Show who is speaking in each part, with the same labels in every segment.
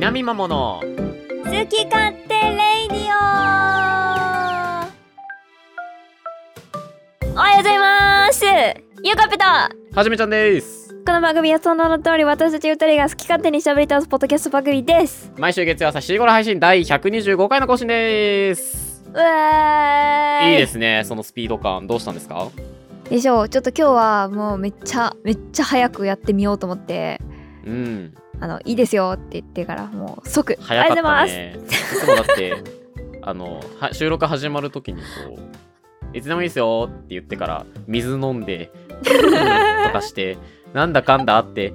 Speaker 1: 南桃の
Speaker 2: 好き勝手レイディオおはようございますゆうかぺた
Speaker 1: はじめちゃんです
Speaker 2: この番組はその名の通り私たち二人が好き勝手に喋り倒すポッドキャスト番組です
Speaker 1: 毎週月曜朝7時頃配信第125回の更新です
Speaker 2: うわー
Speaker 1: いいですねそのスピード感どうしたんですか
Speaker 2: でしょうちょっと今日はもうめっちゃめっちゃ早くやってみようと思って
Speaker 1: うん
Speaker 2: あのいいですよって言ってからもう即
Speaker 1: 早かっ
Speaker 2: あ
Speaker 1: た
Speaker 2: りがとうござい
Speaker 1: ねいつもだって あのは収録始まるときにこういつでもいいですよって言ってから水飲んでとかしてなんだかんだあって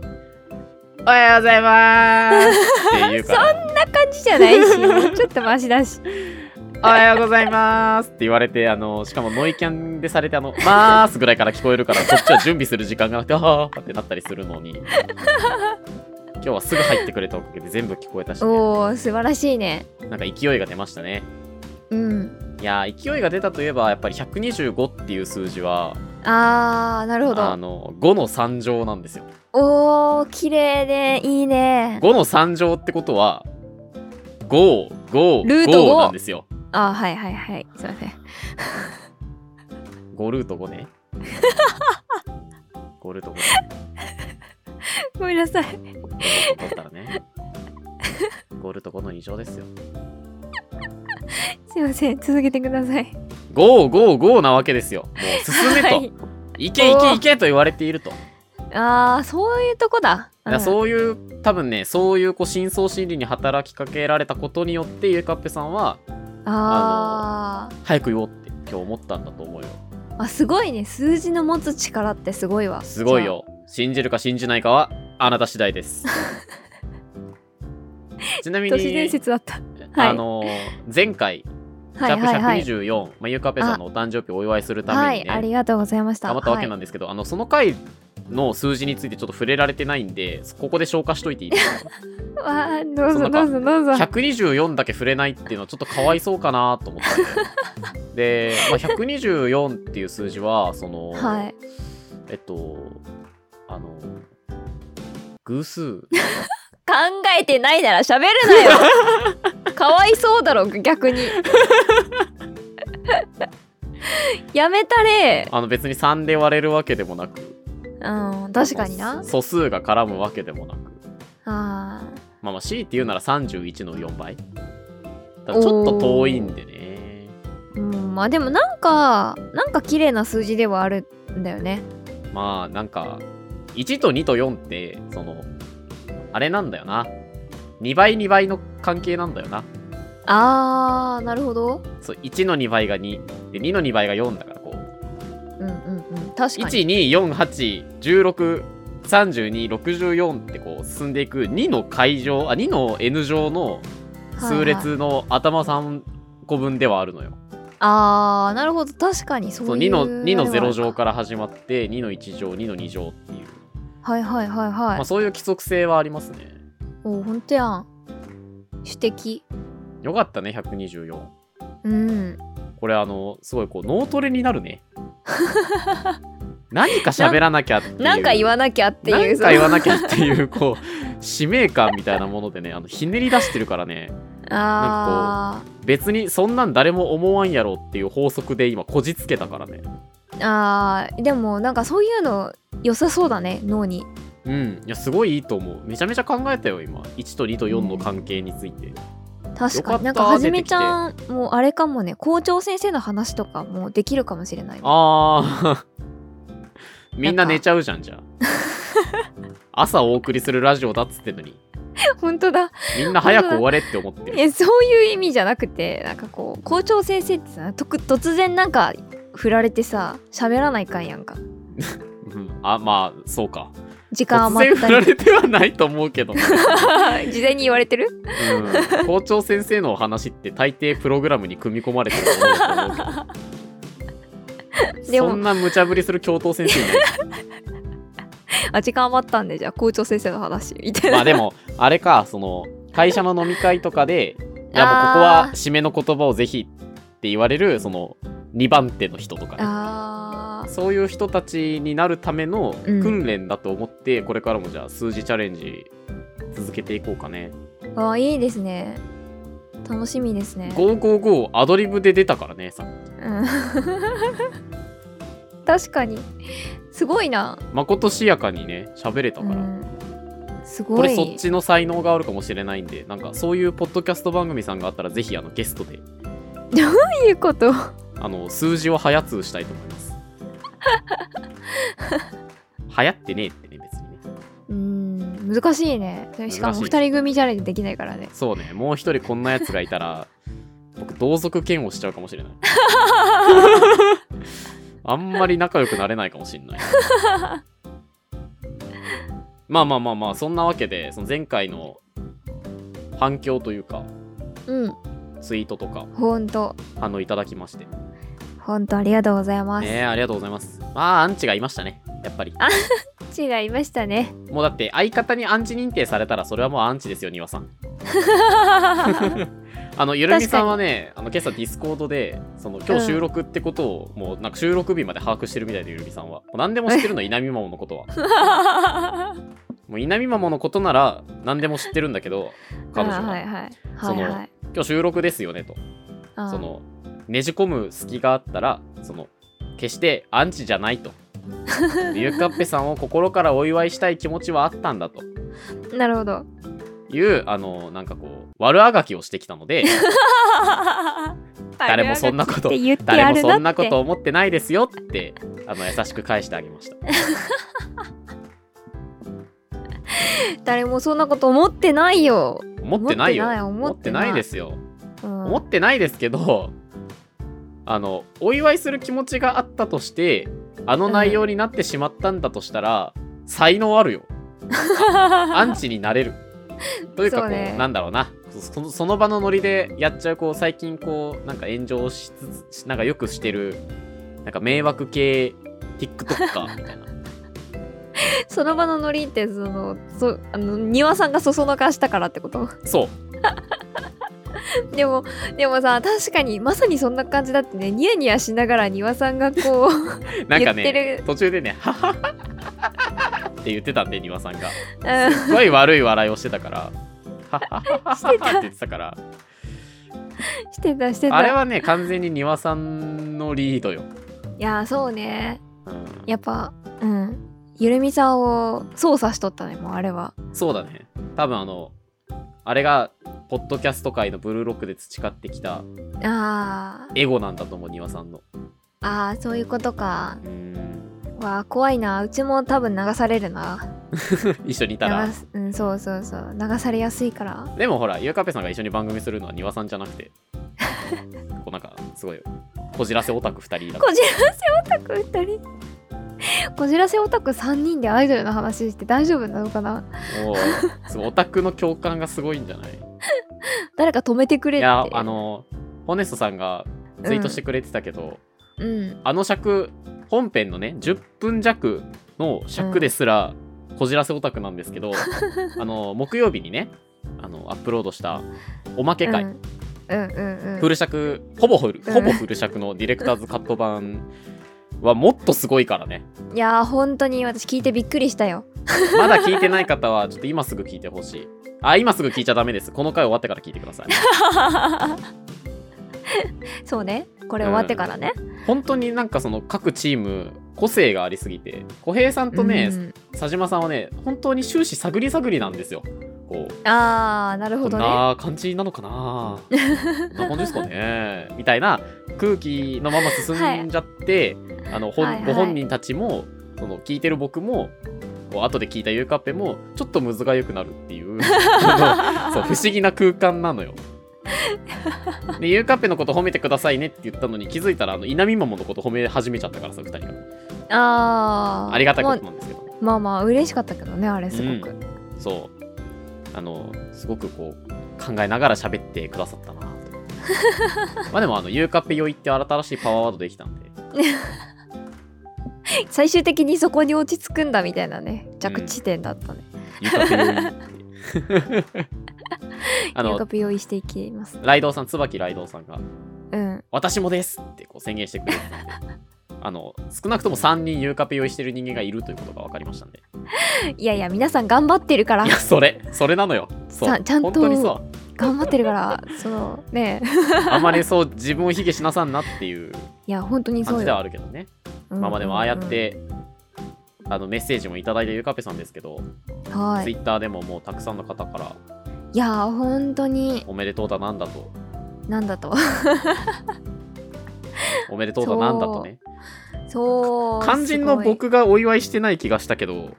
Speaker 1: おはようございますって言うから
Speaker 2: ます感じじゃないし ちょっとマシだし
Speaker 1: おはようございますって言われて、あの、しかもノイキャンでされて、あの、まーすぐらいから聞こえるから、こっちは準備する時間がなくて、あーってなったりするのに。今日はすぐ入ってくれたおかげで全部聞こえたし、ね、
Speaker 2: おー素晴らしいね
Speaker 1: なんか勢いが出ましたね。
Speaker 2: うん
Speaker 1: いやー、勢いが出たといえば、やっぱり125っていう数字は、
Speaker 2: あーなるほ
Speaker 1: あ
Speaker 2: ど
Speaker 1: の、5の3乗なんですよ。
Speaker 2: おー綺麗ねいいね
Speaker 1: 5の3乗ってことは、5、5、
Speaker 2: ルート
Speaker 1: 5
Speaker 2: 5
Speaker 1: なんですよ。
Speaker 2: あーはいはいはいすいません
Speaker 1: 5ルート5ね。5ルート5ね。
Speaker 2: ごめんなさい
Speaker 1: 取ったらね。ゴールと5の2乗ですよ。
Speaker 2: すいません続けてください
Speaker 1: ゴーゴーゴーなわけですよ。もう進めと。
Speaker 2: はい
Speaker 1: い、けいけいけと言われていると。だか
Speaker 2: あーそういうとこだ
Speaker 1: ら
Speaker 2: う
Speaker 1: そういう、多分ね、そういうこう深層心理に働きかけられたことによって、ゆうかっぺさんは、
Speaker 2: んあー
Speaker 1: 早く言おうって今日思ったんだと思うよ。
Speaker 2: あすごいね数字の持つ力ってすごいわ
Speaker 1: すごいよ。信じるか信じないかは、あなた次第 です。ちなみに、
Speaker 2: じゃあ都市伝説だったはい
Speaker 1: あの前回、シ
Speaker 2: は
Speaker 1: ャ
Speaker 2: い
Speaker 1: ープ
Speaker 2: はいはい
Speaker 1: 124、まあ、ゆうかっぺさんのお誕生日をお祝いするた
Speaker 2: は
Speaker 1: めに
Speaker 2: い
Speaker 1: ね、
Speaker 2: ありがとうございました
Speaker 1: 頑張ったわけな
Speaker 2: は
Speaker 1: んですけど、あのその回の数字についてちょっと触れられてないんでここで消化しと いていいですか
Speaker 2: いわーどう
Speaker 1: そ
Speaker 2: ぞ
Speaker 1: のな
Speaker 2: ど
Speaker 1: ん
Speaker 2: うぞどうぞ
Speaker 1: 124だけ触れないっていうのはちょっとかわいそうかなと思ったんでで、まあ、124っていう数字はその、
Speaker 2: はい
Speaker 1: えっとあの偶数
Speaker 2: 考えてないなら喋る なよかわいそうだろ逆にやめたれ
Speaker 1: あの別に3で割れるわけでもなく
Speaker 2: うん確かにな
Speaker 1: 素数が絡むわけでもなく
Speaker 2: あー
Speaker 1: まあまあ C っていうなら31の4倍だからちょっと遠いんでね
Speaker 2: うんまあでもなんかなんか綺麗な数字ではあるんだよね
Speaker 1: まあなんか1と2と4ってそのあれなんだよな2倍2倍の関係なんだよな
Speaker 2: あーなるほど
Speaker 1: そう1の2倍が2で2の2倍が4だからこう
Speaker 2: うんうんうん確かに
Speaker 1: 1248163264ってこう進んでいく2の階乗あ2の N 乗の数
Speaker 2: はいはい
Speaker 1: 列の頭3個分ではあるのよ、
Speaker 2: あーなるほど確かにそう
Speaker 1: そう
Speaker 2: い
Speaker 1: 2
Speaker 2: う
Speaker 1: の2の0
Speaker 2: 乗
Speaker 1: 乗から始まって2の1乗2の2乗っていう、
Speaker 2: はいはいはいはい、
Speaker 1: まあ、そういう規則性はありますね
Speaker 2: おほんとやん主的
Speaker 1: よかったね124
Speaker 2: うん
Speaker 1: これあのすごいこう脳トレになるね 何か喋らなきゃっていう
Speaker 2: なんか言わなきゃっていう
Speaker 1: なんか言わなき
Speaker 2: ゃ
Speaker 1: ゃっていうこう使命感みたいなものでねあのひねり出してるからね
Speaker 2: あー
Speaker 1: 別にそんなん誰も思わんやろっていう法則で今こじつけたからね
Speaker 2: あーでもなんかそういうの良さそうだね脳に
Speaker 1: うんいやすごいいいと思うめちゃめちゃ考えたよ今1と2と4の関係について、
Speaker 2: 確
Speaker 1: よ
Speaker 2: か
Speaker 1: かっ
Speaker 2: に
Speaker 1: た
Speaker 2: なんかはじめちゃんもうあれかもね校長先生の話とかもできるかもしれないね
Speaker 1: あー みんな寝ちゃうじゃん じゃあ朝お送りするラジオだっつってんのに
Speaker 2: 本当だ
Speaker 1: みんな早く終われって思ってる
Speaker 2: えそういう意味じゃなくてなんかこう校長先生ってさとく突然なんか振られてさ喋らないかんやんか
Speaker 1: うんあまあそうか
Speaker 2: 時間
Speaker 1: 突然
Speaker 2: 余っ
Speaker 1: 振
Speaker 2: た
Speaker 1: ら
Speaker 2: り
Speaker 1: れてはないと思うけど、
Speaker 2: 事前に言われてる
Speaker 1: うん、校長先生のお話って大抵プログラムに組み込まれてると思うけど
Speaker 2: でも
Speaker 1: そんな無茶ぶりする教頭先生いない
Speaker 2: あ時間余ったんでじゃあ校長先生の話みたいな
Speaker 1: まあでもあれかその会社の飲み会とかでいやもうここは締めの言葉をぜひって言われるその2番手の人とかね
Speaker 2: ああー
Speaker 1: そういう人たちになるための訓練だと思って、これからもじゃあ数字チャレンジ続けていこうかね。
Speaker 2: あーいいですね楽しみですね
Speaker 1: 555アドリブで出たからねさ
Speaker 2: うん 確かにすごいな、
Speaker 1: まことしやかにね喋れた
Speaker 2: う
Speaker 1: から、
Speaker 2: ん、すごい
Speaker 1: これそっちの才能があるかもしれないんでなんかそういうポッドキャスト番組さんがあったらぜひあのゲストで
Speaker 2: どういうこと
Speaker 1: あの数字をはやつしたいと思います 流行ってねえってね別にね
Speaker 2: うん難しいねしかも
Speaker 1: 難しい
Speaker 2: 2人組じゃないとできないからね
Speaker 1: そうねもう一人こんなやつがいたら僕同族嫌悪しちゃうかもしれないあんまり仲良くなれないかもしれないまあまあまあまあそんなわけでその前回の反響というか
Speaker 2: うん
Speaker 1: ツイートとか
Speaker 2: ほんと
Speaker 1: 反応いただきましてね
Speaker 2: ほんとありがとうございます、
Speaker 1: えありがとうございますまあアンチがいましたねやっぱり
Speaker 2: 違いました ね
Speaker 1: もうだって相方にアンチ認定されたらそれはもうアンチですよ庭さんあのゆるみさんはねあの今朝ディスコードでその今日収録ってことを、もうなんか収録日まで把握してるみたいでゆるみさんはもう何でも知 ってるの稲見マモのことはもう稲見マモのことなら何でも知ってるんだけ ど彼女は、
Speaker 2: あーはいはい
Speaker 1: そ
Speaker 2: は
Speaker 1: の
Speaker 2: いはい
Speaker 1: 今日収録ですよねと
Speaker 2: あー
Speaker 1: そのねじ込む隙があったらその決してアンチじゃ ないとゆうかっぺさんを心からお祝いしたい気持ちはあったんだと
Speaker 2: なるほど
Speaker 1: いうあのなんかこう悪あがきをしてきたの で 誰もそんなこと
Speaker 2: って言ってや
Speaker 1: 誰
Speaker 2: る
Speaker 1: も
Speaker 2: なって
Speaker 1: そんなこと思ってないですよってあの優しく返してあげました
Speaker 2: 誰もそんなこと思ってないよ
Speaker 1: 思ってないよ
Speaker 2: 思ってない
Speaker 1: 思
Speaker 2: 思ってない
Speaker 1: ですよ、
Speaker 2: うん
Speaker 1: 思ってないですけどあのお祝いする気持ちがあったとしてあの内容になってしまったんだとしたら、才能あるよアンチになれるというかこ
Speaker 2: そううね
Speaker 1: なんだろうなそのその場のノリでやっちゃうこう最近こうなんか炎上しつつしなんかよくしてるなんか迷惑系 TikToker みたいな
Speaker 2: その場のノリってそのそあの庭さんがそそのかしたからってこと
Speaker 1: そう
Speaker 2: でもでもさ確かにまさにそんな感じだってねニヤニヤしながら庭さんがこう
Speaker 1: な んか
Speaker 2: 言って
Speaker 1: ね
Speaker 2: る
Speaker 1: 途中でね「はははははって言ってたんで庭さんが
Speaker 2: うん
Speaker 1: すっごい悪い笑いをしてたから 「はははははって言ってたから
Speaker 2: してたしてた
Speaker 1: あれはね完全に庭さんのリードよ、
Speaker 2: いやそうね
Speaker 1: うん
Speaker 2: やっぱうんゆるみさんを操作しとったねもうあれは
Speaker 1: そうだね多分あのあれがポッドキャスト界のブルーロックで培ってきた
Speaker 2: あー
Speaker 1: エゴなんだと思う庭さんの
Speaker 2: あーそういうことか
Speaker 1: うーん
Speaker 2: わあ怖いなうちも多分流されるな
Speaker 1: 一緒にいたら
Speaker 2: 流すうんそうそうそう流されやすいから
Speaker 1: でもほらゆうかぺさんが一緒に番組するのは庭さんじゃなくてこうなんかすごいこじらせオタク2人だ
Speaker 2: こじらせオタク2人こじらせオタク3人でアイドルの話して大丈夫なのかな
Speaker 1: もうすごいオタクの共感がすごいんじゃ ない
Speaker 2: 誰か止めてくれ
Speaker 1: い
Speaker 2: って
Speaker 1: やあのホネストさんがツイートしてくれてたけど、
Speaker 2: うん
Speaker 1: あの尺本編のね10分弱の尺ですらこじらせオタクなんですけど、 あの木曜日にねあのアップロードしたおまけ会、
Speaker 2: うんうんうんう
Speaker 1: フ
Speaker 2: ん
Speaker 1: ル尺ほぼフル、
Speaker 2: うん
Speaker 1: ほぼフル尺のディレクターズカット版はもっとすごいからね
Speaker 2: いやー本当に私聞いてびっくりしたよ
Speaker 1: まだ聞いてない方はちょっと今すぐ聞いてほしいあ今すぐ聞いちゃダメですこの回終わってから聞いてください
Speaker 2: そうねこれ終わってからね、
Speaker 1: 本当になんかその各チーム個性がありすぎて小平さんとね、
Speaker 2: うん
Speaker 1: 佐島さんはね本当に終始探り探りなんですよこう
Speaker 2: ああなる
Speaker 1: こ
Speaker 2: ほ
Speaker 1: ん
Speaker 2: どね
Speaker 1: な感じなのかなこんな感じですかねみたいな空気のまま進んじゃって、あの本
Speaker 2: はいはい
Speaker 1: ご本人たちもその聞いてる僕もこう後で聞いたゆうかっぺもちょっとむずがゆくなるっていう あのそう不思議な空間な のよ。でゆうかっぺのこと褒めてくださいねって言ったのに気づいたらあの稲見桃のこと褒め始めちゃったからさ2人が
Speaker 2: ああ
Speaker 1: ありがたい
Speaker 2: ま
Speaker 1: こ
Speaker 2: あ
Speaker 1: となんですけど、
Speaker 2: まあまあ嬉しかったけどねあれすごく、
Speaker 1: うそうあのすごくこう考えながら喋ってくださったなと まあでもあの「ゆうかっぺ酔い」って新しいパワーワードできたんで
Speaker 2: 最終的にそこに落ち着くんだみたいなね着地点だったね、
Speaker 1: 「ゆうかっぺ酔い」って あの
Speaker 2: よく美容院していきます
Speaker 1: ライドウさん椿ライドウさんが
Speaker 2: うん
Speaker 1: 「私もです!」ってこう宣言してくれてたんであの少なくとも3人ゆうかぺ用意してる人間がいるということが分かりましたんで
Speaker 2: いやいや皆さん頑張ってるから
Speaker 1: いやそれそれなのよそ
Speaker 2: さ
Speaker 1: う
Speaker 2: ちゃんと
Speaker 1: 本当にさ
Speaker 2: 頑張ってるからそうねえ
Speaker 1: あんまりそう自分を卑下しなさんなっていう
Speaker 2: いや本当にそ
Speaker 1: 感
Speaker 2: う
Speaker 1: じでは
Speaker 2: よ、
Speaker 1: あるけどね
Speaker 2: うん
Speaker 1: まあまあでもああやって、あのメッセージもいただいてゆうかぺさんですけど、
Speaker 2: うんは
Speaker 1: ツイ
Speaker 2: い
Speaker 1: ッターでももうたくさんの方から
Speaker 2: いや本当に
Speaker 1: おめでとうだなんだと
Speaker 2: なんだと
Speaker 1: おめでとうだなんだとね
Speaker 2: そう
Speaker 1: 肝心の
Speaker 2: すごい
Speaker 1: 僕がお祝いしてない気がしたけど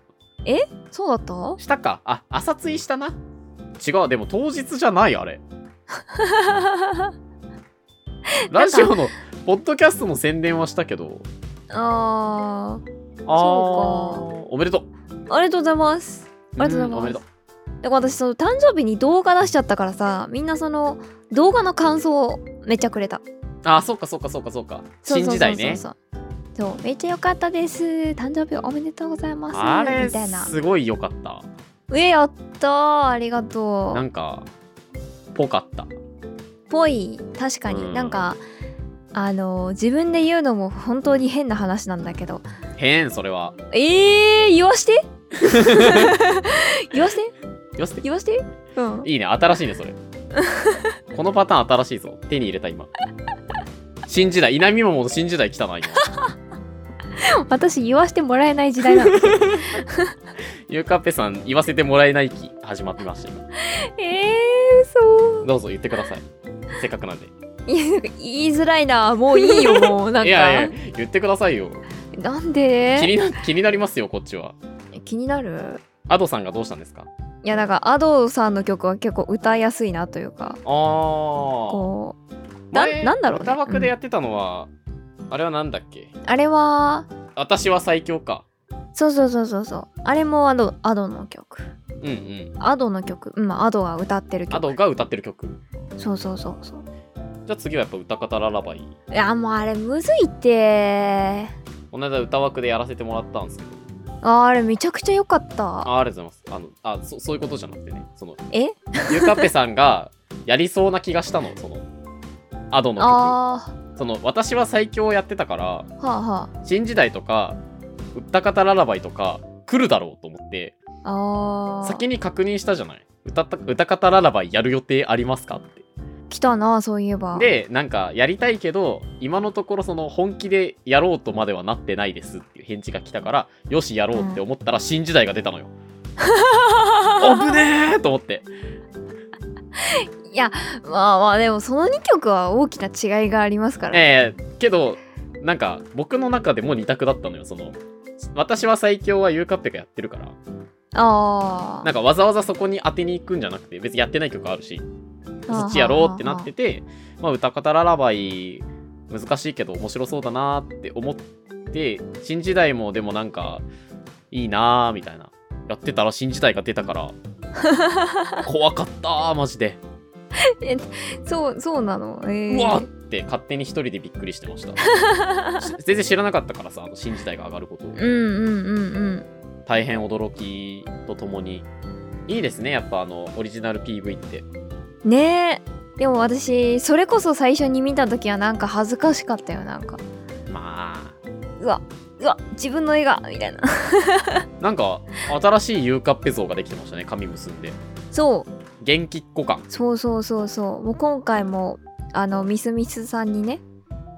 Speaker 2: そう だった
Speaker 1: したかあ朝ツイしたな違うでも当日じゃないあれラジ オのポッドキャストの宣伝はしたけどあ
Speaker 2: あそ
Speaker 1: ーおめでとう
Speaker 2: ーありがとうございますありがとうございま
Speaker 1: ん
Speaker 2: す
Speaker 1: おめでとう
Speaker 2: だから私その誕生日に動画出しちゃったからさみんなその動画の感想をめっちゃくれた
Speaker 1: あーそうかそうかそうかそうか
Speaker 2: そう
Speaker 1: 新時代ね
Speaker 2: そうそうそうそうそうめっちゃ良かったです誕生日おめでとうございます
Speaker 1: あれ
Speaker 2: みたいな
Speaker 1: すごい良かった
Speaker 2: えやったーありがと
Speaker 1: な
Speaker 2: うん
Speaker 1: かぽかった
Speaker 2: ぽい確かに、
Speaker 1: うん
Speaker 2: なんかあのー自分で言うのも本当に変な話なんだけど
Speaker 1: 変それは
Speaker 2: えー、言わして 言わして
Speaker 1: よし
Speaker 2: 言わしてうん
Speaker 1: いいね新しいね それこのパターン新しいぞ手に入れた今新時代稲見桃の新時代来たな今
Speaker 2: 私言わしてもらえない時 代なの
Speaker 1: ゆうかっぺさん言わせてもらえない期始まってました今
Speaker 2: えー、そう
Speaker 1: どうぞ言ってくださいせっかくなんで
Speaker 2: いやなんか言いづらいなもういい よもうなんか
Speaker 1: いやいや言ってくださいよ
Speaker 2: なん
Speaker 1: 気
Speaker 2: で
Speaker 1: にな気になりますよこっちは
Speaker 2: 気になる
Speaker 1: アドさんがどうしたんですか
Speaker 2: いやなんかアドさんの曲は結構歌いやすいなという
Speaker 1: あ
Speaker 2: か
Speaker 1: ー
Speaker 2: こうな
Speaker 1: 前
Speaker 2: なんだろうね
Speaker 1: 歌枠でやってたのは、あれはなんだっけ
Speaker 2: あれは
Speaker 1: 私は最強か
Speaker 2: そうそうそうそうそうあれもアドアドの曲
Speaker 1: うんうん
Speaker 2: アドの曲うんまあアドが歌ってる曲
Speaker 1: アドが歌ってる曲
Speaker 2: そうそうそうそう
Speaker 1: じゃあ次はやっぱ歌方ララバイ
Speaker 2: いやもうあれむずいって
Speaker 1: この間歌枠でやらせてもらったんですけど
Speaker 2: ああれめちゃくちゃ良かった
Speaker 1: あありがとうございますあのあそそういうことじゃなくてねその
Speaker 2: え
Speaker 1: ゆかっぺさんがやりそうな気がしたのそのアドの
Speaker 2: あ
Speaker 1: 曲その私は最強をやってたから
Speaker 2: ーはあは
Speaker 1: 新時代とか売った方ララバイとか来るだろうと思って
Speaker 2: ああー
Speaker 1: 先に確認したじゃない歌った歌方ララバイやる予定ありますかって
Speaker 2: 来たなそういえば
Speaker 1: でなんかやりたいけど今のところその本気でやろうとまではなってないですっていう返事が来たからよしやろうって思ったら新時代が出たのよ、あぶねえと思って
Speaker 2: いやまあまあでもその2曲は大きな違いがありますから、
Speaker 1: ええけどなんか僕の中でも2択だったのよその私は最強はゆうかっぺがやってるから
Speaker 2: ああ
Speaker 1: なんかわざわざそこに当てに行くんじゃなくて別にやってない曲あるしそっちやろうってなっててまあ歌方ララバイ難しいけど面白そうだなーって思って新時代もでもなんかいいなーみたいなやってたら新時代が出たから怖かったーマジで
Speaker 2: そうそうなのえー
Speaker 1: うわーって勝手に一人でびっくりしてま したし全然知らなかったからさあの新時代が上がることを
Speaker 2: うんうんうんうん
Speaker 1: 大変驚きとともにいいですねやっぱあのオリジナル PV って
Speaker 2: ねえでも私それこそ最初に見た時はなんか恥ずかしかったよなんか
Speaker 1: ま
Speaker 2: うわうわ自分の絵がみたいな
Speaker 1: あなんか新しいゆうかっぺ像ができてましたね髪結んで
Speaker 2: そう
Speaker 1: 元気っ子感
Speaker 2: そうそうそうそうもう今回もあのミスミスさんにね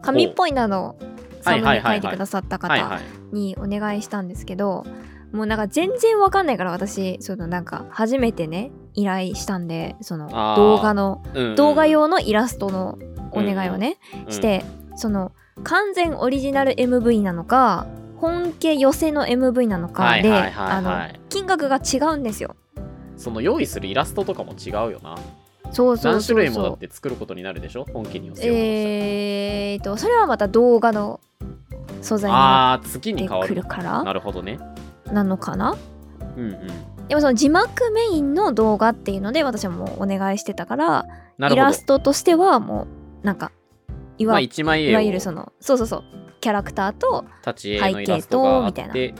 Speaker 2: 紙っぽいなのをサムに
Speaker 1: はいはいは
Speaker 2: 書
Speaker 1: いはい
Speaker 2: いてくださった
Speaker 1: はい
Speaker 2: 方
Speaker 1: はい
Speaker 2: にお願いしたんですけどもうなんか全然わかんないから私そのなんか初めてね依頼したんでその
Speaker 1: あー
Speaker 2: 動画の
Speaker 1: うん
Speaker 2: 動画用のイラストのお願いをね、して、その完全オリジナル MV なのか本家寄せの MV なの
Speaker 1: は
Speaker 2: か
Speaker 1: い
Speaker 2: で
Speaker 1: はいはい
Speaker 2: あ
Speaker 1: はい
Speaker 2: の金額が違うんですよ。
Speaker 1: うんその用意するイラストとかも違うよな
Speaker 2: そうそうそうそう
Speaker 1: 何種類もだって作ることになるでしょ本家に寄せようとしたら
Speaker 2: えー、とそれはまた動画の素材にな
Speaker 1: あー月
Speaker 2: っ
Speaker 1: に
Speaker 2: て
Speaker 1: 変わ
Speaker 2: く
Speaker 1: る
Speaker 2: るから
Speaker 1: なるほどね
Speaker 2: なのかな
Speaker 1: うんうん
Speaker 2: でもその字幕メインの動画っていうので私はもうお願いしてたから
Speaker 1: なる
Speaker 2: イ
Speaker 1: ほ
Speaker 2: ラ
Speaker 1: ど
Speaker 2: ストとしてはもうなんかいわ,、
Speaker 1: まあ一枚
Speaker 2: い
Speaker 1: 絵を
Speaker 2: わゆる
Speaker 1: 立
Speaker 2: そのそうそうそうキャラクターと
Speaker 1: ち絵のイラストがあっ
Speaker 2: 背景と
Speaker 1: て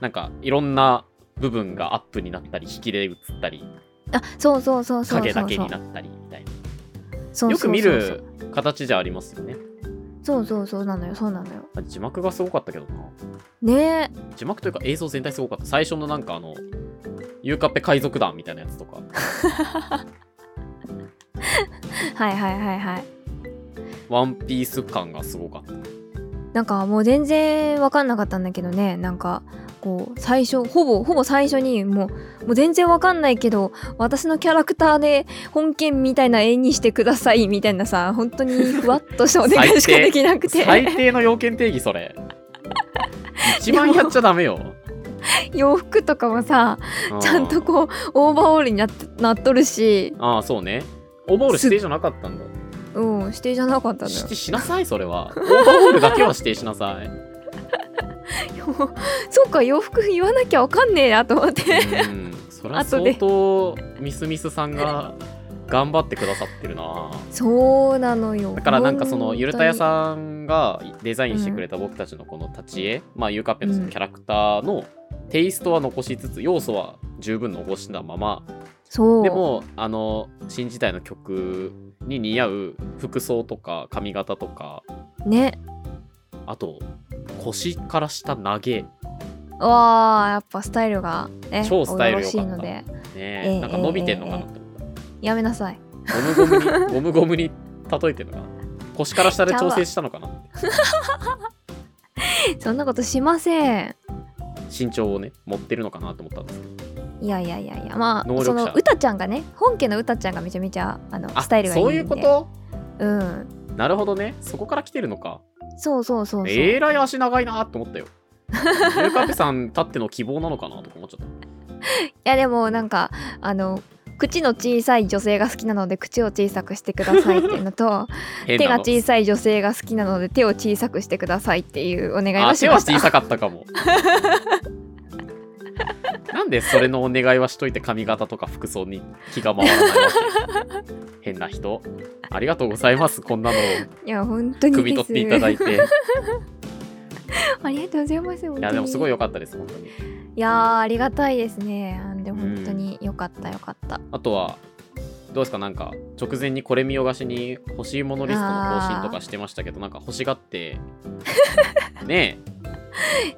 Speaker 1: なんかいろんな部分がアップになったり引きで映ったり
Speaker 2: あそうそうそうそうそうそ
Speaker 1: 影
Speaker 2: う
Speaker 1: だけになったりみたいな
Speaker 2: そうそうそうそう
Speaker 1: よく見る形じゃありますよね
Speaker 2: そうそうそうなのよそうなのよ
Speaker 1: あ字幕がすごかったけどな
Speaker 2: ねえ
Speaker 1: 字幕というか映像全体すごかった最初のなんかあのユーカッペ海賊団みたいなやつとか
Speaker 2: はいはいはいはい
Speaker 1: ワンピース感がすごかった
Speaker 2: なんかもう全然わかんなかったんだけどねなんかこう最初ほぼほぼ最初にもうもう全然わかんないけど私のキャラクターで本件みたいな絵にしてくださいみたいなさ本当にふわっとしたお願いしかできなくて
Speaker 1: 最低の要件定義それ一番やっちゃダメよ、
Speaker 2: 洋服とかもさ
Speaker 1: う
Speaker 2: ちゃんとこうオーバーオールになってなっとるし
Speaker 1: ああそうねオーバーオール指定じゃなかったんだ
Speaker 2: うん指定じゃなかったの
Speaker 1: 指
Speaker 2: よ
Speaker 1: 定しなさいそれはオーバーオールだけは指定しなさいう
Speaker 2: そうか洋服言わなきゃわかんねえなと思って
Speaker 1: んそれは
Speaker 2: 後で
Speaker 1: 相当ミスミスさんが頑張ってくださってるな
Speaker 2: そうなのよ
Speaker 1: だからなんかそ
Speaker 2: 本当
Speaker 1: の
Speaker 2: に
Speaker 1: ゆるたやさんがデザインしてくれた僕たちのこの立ち絵、まあゆうかっぺのそのキャラクターのテイストは残しつつ要素は十分残したまま
Speaker 2: そう
Speaker 1: でもあの新時代の曲に似合う服装とか髪型とか
Speaker 2: ね
Speaker 1: あと腰から下投げね
Speaker 2: わあやっぱスタイルがね
Speaker 1: 超スタイル良かった
Speaker 2: およろしいのでえ
Speaker 1: え
Speaker 2: え
Speaker 1: なんか伸びてんのかなと思っ
Speaker 2: やめなさい
Speaker 1: た、ゴムゴムに ゴムゴムに例えてんのかな腰から下で調整したのかな
Speaker 2: そんなことしません
Speaker 1: 身長をね持ってるのかなと思ったんですけど
Speaker 2: いやいやいやいやま
Speaker 1: 能
Speaker 2: あ
Speaker 1: 力者
Speaker 2: そのうたちゃんがね本家のうたちゃんがめちゃめちゃあの
Speaker 1: あ
Speaker 2: スタイルがいいん
Speaker 1: そう
Speaker 2: で
Speaker 1: いうこと
Speaker 2: うん
Speaker 1: なるほどねそこから来てるのか
Speaker 2: そうそうそうそう、
Speaker 1: えらい足長いなと思ったよゆうかっぺさんたっての希望なのかなとか思っちゃった
Speaker 2: いやでもなんかあの口の小さい女性が好きなので口を小さくしてくださいっていうのと
Speaker 1: 変
Speaker 2: 手
Speaker 1: な
Speaker 2: が
Speaker 1: の
Speaker 2: 小さい女性が好きなので手を小さくしてくださいっていうお願い
Speaker 1: あ
Speaker 2: はし
Speaker 1: 手
Speaker 2: ま
Speaker 1: は
Speaker 2: した
Speaker 1: 小さかったかも なんでそれのお願いはしといて髪型とか服装に気が回らないわけ変な人ありがとうございますこんなのを
Speaker 2: いや本当に
Speaker 1: 汲み
Speaker 2: で
Speaker 1: 取っ
Speaker 2: す
Speaker 1: ていただいてい
Speaker 2: ありがとうございますい
Speaker 1: やでもすごい良
Speaker 2: かっ
Speaker 1: かったです本当に
Speaker 2: たいやーありがたいですねあでも本当によかったよかった
Speaker 1: あとはどうですかなんか直前にこれ見よがしに欲しいものリストの更新とかしてましたけどなんか欲しがって ね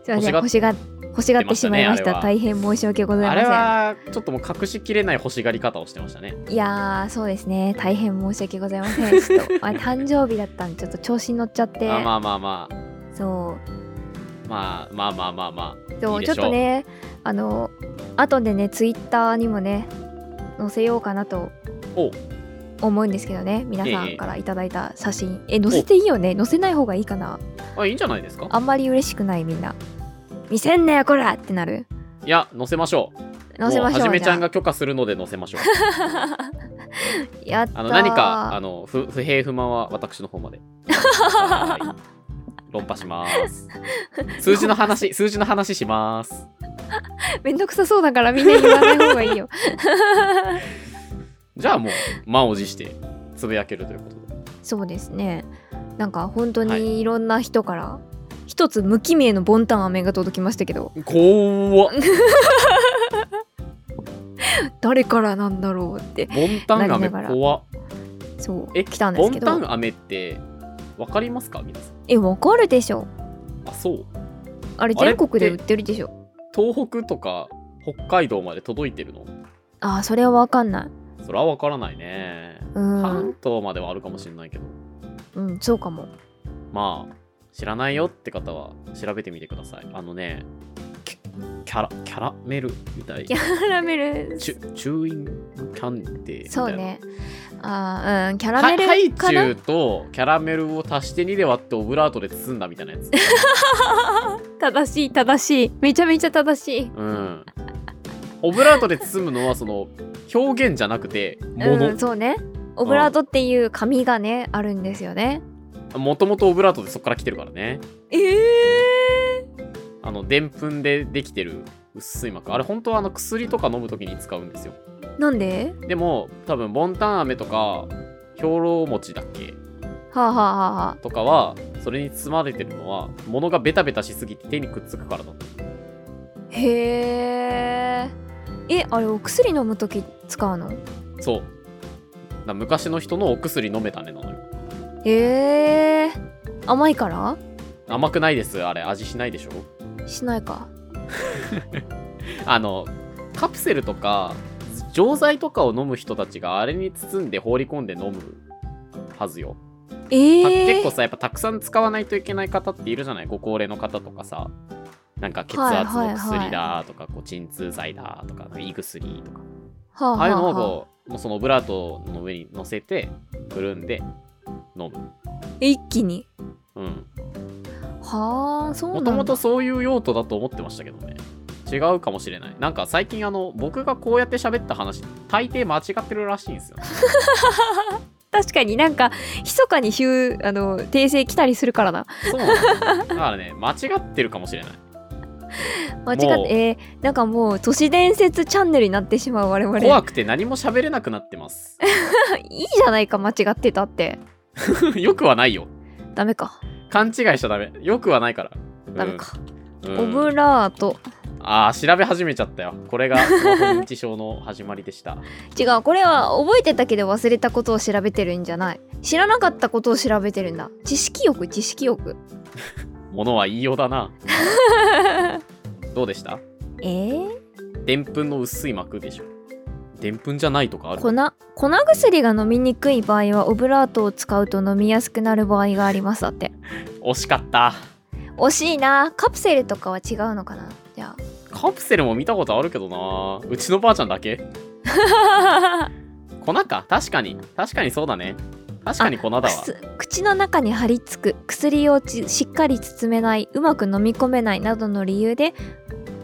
Speaker 2: すいません
Speaker 1: 欲
Speaker 2: 欲しが欲しがってしまいまし
Speaker 1: 出ましたねあれ
Speaker 2: た
Speaker 1: は
Speaker 2: 大変申し訳ござ
Speaker 1: え
Speaker 2: いま
Speaker 1: あ
Speaker 2: せ
Speaker 1: れ
Speaker 2: ん
Speaker 1: はちょっともう隠しきれない欲しがり方をしてましたね
Speaker 2: いやーそうですね大変申し訳ござい ませんちょっとあ誕生日だったんでちょっと調子に乗っちゃって
Speaker 1: あまあまあまあ
Speaker 2: そう
Speaker 1: まあまあまあまあま
Speaker 2: そう
Speaker 1: いいで
Speaker 2: ち
Speaker 1: しょ
Speaker 2: ょ
Speaker 1: う
Speaker 2: っとねあの後でねツイッターにもね載せようかなと
Speaker 1: あお
Speaker 2: 思うんですけどね皆さ
Speaker 1: ええ
Speaker 2: んからいただいた写真え載せていいよね載せない方がいいかな
Speaker 1: あいいんじゃないですか
Speaker 2: あんまり嬉しくないみんな見せんなよこらってなる
Speaker 1: いや載せましょう
Speaker 2: 載せまし
Speaker 1: もうは
Speaker 2: ょ
Speaker 1: じ
Speaker 2: う
Speaker 1: めちゃん
Speaker 2: じゃ
Speaker 1: が許可するので載せま しょう
Speaker 2: あやったー
Speaker 1: あの何かあの不不平不満は私の方 まではい論破します数字の話数字の話します
Speaker 2: めんどくさそうだからみんな言わない方がい いよ
Speaker 1: じゃあもう満を持してつぶやけるということで
Speaker 2: そうですねなんか本当にいろんな人から、一つ無記名のボンタン飴が届きましたけど
Speaker 1: 怖っ
Speaker 2: 誰からなんだろうって
Speaker 1: ボンタン
Speaker 2: な
Speaker 1: 飴
Speaker 2: りながら
Speaker 1: 怖っ
Speaker 2: そう
Speaker 1: え
Speaker 2: 来たんで
Speaker 1: ボ
Speaker 2: す
Speaker 1: ン
Speaker 2: け
Speaker 1: タ
Speaker 2: ど
Speaker 1: ン飴ってわかりますか皆さん
Speaker 2: えわかるでしょ
Speaker 1: あそう
Speaker 2: あれ
Speaker 1: あれ
Speaker 2: 全国で売ってるでしょ
Speaker 1: 東北とか北海道まで届いてるの
Speaker 2: ああそれはわかんない
Speaker 1: それはわからないね
Speaker 2: うん
Speaker 1: 関、東まではあるかもしれないけど
Speaker 2: うん、そうかも
Speaker 1: まあ知らないよって方は調べてみてくださいあのねキャキャラキャラメルみたい
Speaker 2: キャラメル
Speaker 1: チュチューインキャンデーみたいな
Speaker 2: そうねあーうんキャラ
Speaker 1: は
Speaker 2: メ
Speaker 1: ハイ
Speaker 2: ル
Speaker 1: チ
Speaker 2: かな
Speaker 1: ュウとキャラメルを足して2で割ってオブラートで包んだみたいなやつ。
Speaker 2: 正しい正しいめちゃめちゃ正しい
Speaker 1: うん。オブラートで包むのはその表現じゃなくても
Speaker 2: う
Speaker 1: の
Speaker 2: ん、。そうねオブラートっていう紙がねあるんですよね
Speaker 1: もともとオブラートでそこから来てるからね。
Speaker 2: ええ
Speaker 1: あのでんぷんでできてる薄い膜あれ本当はあの薬とか飲む時に使うんですよ。
Speaker 2: なんで
Speaker 1: でも多分ボンタン飴とか兵糧餅だっけ
Speaker 2: はあ、はあはあはあ、
Speaker 1: とかはそれに包まれてるのは物がベタベタしすぎて手にくっつくからだと。
Speaker 2: へええあれお薬飲む時使うの
Speaker 1: そう。だから昔の人のお薬飲めたねなのよ。
Speaker 2: へえ甘いから
Speaker 1: 甘くないですあれ味しないでしょ
Speaker 2: しないか
Speaker 1: あのカプセルとか錠剤とかを飲む人たちがあれに包んで放り込んで飲むはずよ、
Speaker 2: え
Speaker 1: た
Speaker 2: ー、
Speaker 1: 結構さやっぱたくさん使わないといけない方っているじゃないご高齢の方とかさなんか血圧の薬だとか、こう鎮痛剤だとか胃薬とか
Speaker 2: はあ
Speaker 1: ああいうのを
Speaker 2: はあはあ
Speaker 1: こうもうそのオブラートの上に乗せてくるんで飲む
Speaker 2: 一気に
Speaker 1: うん
Speaker 2: はあそうな
Speaker 1: も
Speaker 2: んだ
Speaker 1: ともとそういう用途だと思ってましたけどね違うかもしれないなんか最近あの僕がこうやって喋った話大抵間違ってるらしいんですよ
Speaker 2: 確かになんか密かにヒューあの訂正来たりするからな
Speaker 1: そうなんですよだからね間違ってるかもしれない
Speaker 2: 間違
Speaker 1: も
Speaker 2: っ
Speaker 1: う
Speaker 2: てえー、なんかもう都市伝説チャンネルになってしまう我々
Speaker 1: 怖くて何も喋れなくなってます
Speaker 2: いいじゃないか間違ってたって
Speaker 1: よくはないよ
Speaker 2: ダメか
Speaker 1: 勘違いしちゃダメよくはないから
Speaker 2: ダメ、か、
Speaker 1: うん
Speaker 2: オ
Speaker 1: う
Speaker 2: ブ
Speaker 1: ん
Speaker 2: ラート
Speaker 1: あー調べ始めちゃったよこれがスマホ認知症の始まりでした
Speaker 2: 違うこれは覚えてたけど忘れたことを調べてるんじゃない知らなかったことを調べてるんだ知識欲知識欲
Speaker 1: ものは言いようだ などうでした
Speaker 2: えー、
Speaker 1: でんぷんの薄い膜でしょでんぷんじゃないとかある
Speaker 2: 粉粉薬が飲みにくい場合はオブラートを使うと飲みやすくなる場合がありますだって
Speaker 1: 惜しかった
Speaker 2: 惜しいなカプセルとかは違うのかなじゃ
Speaker 1: カプセルも見たことあるけどなうちのばあちゃんだけ
Speaker 2: あ
Speaker 1: 粉か確かに確かにそうだね確かに粉だわ
Speaker 2: くす口の中に張り付く薬をちしっかり包めないうまく飲み込めないなどの理由で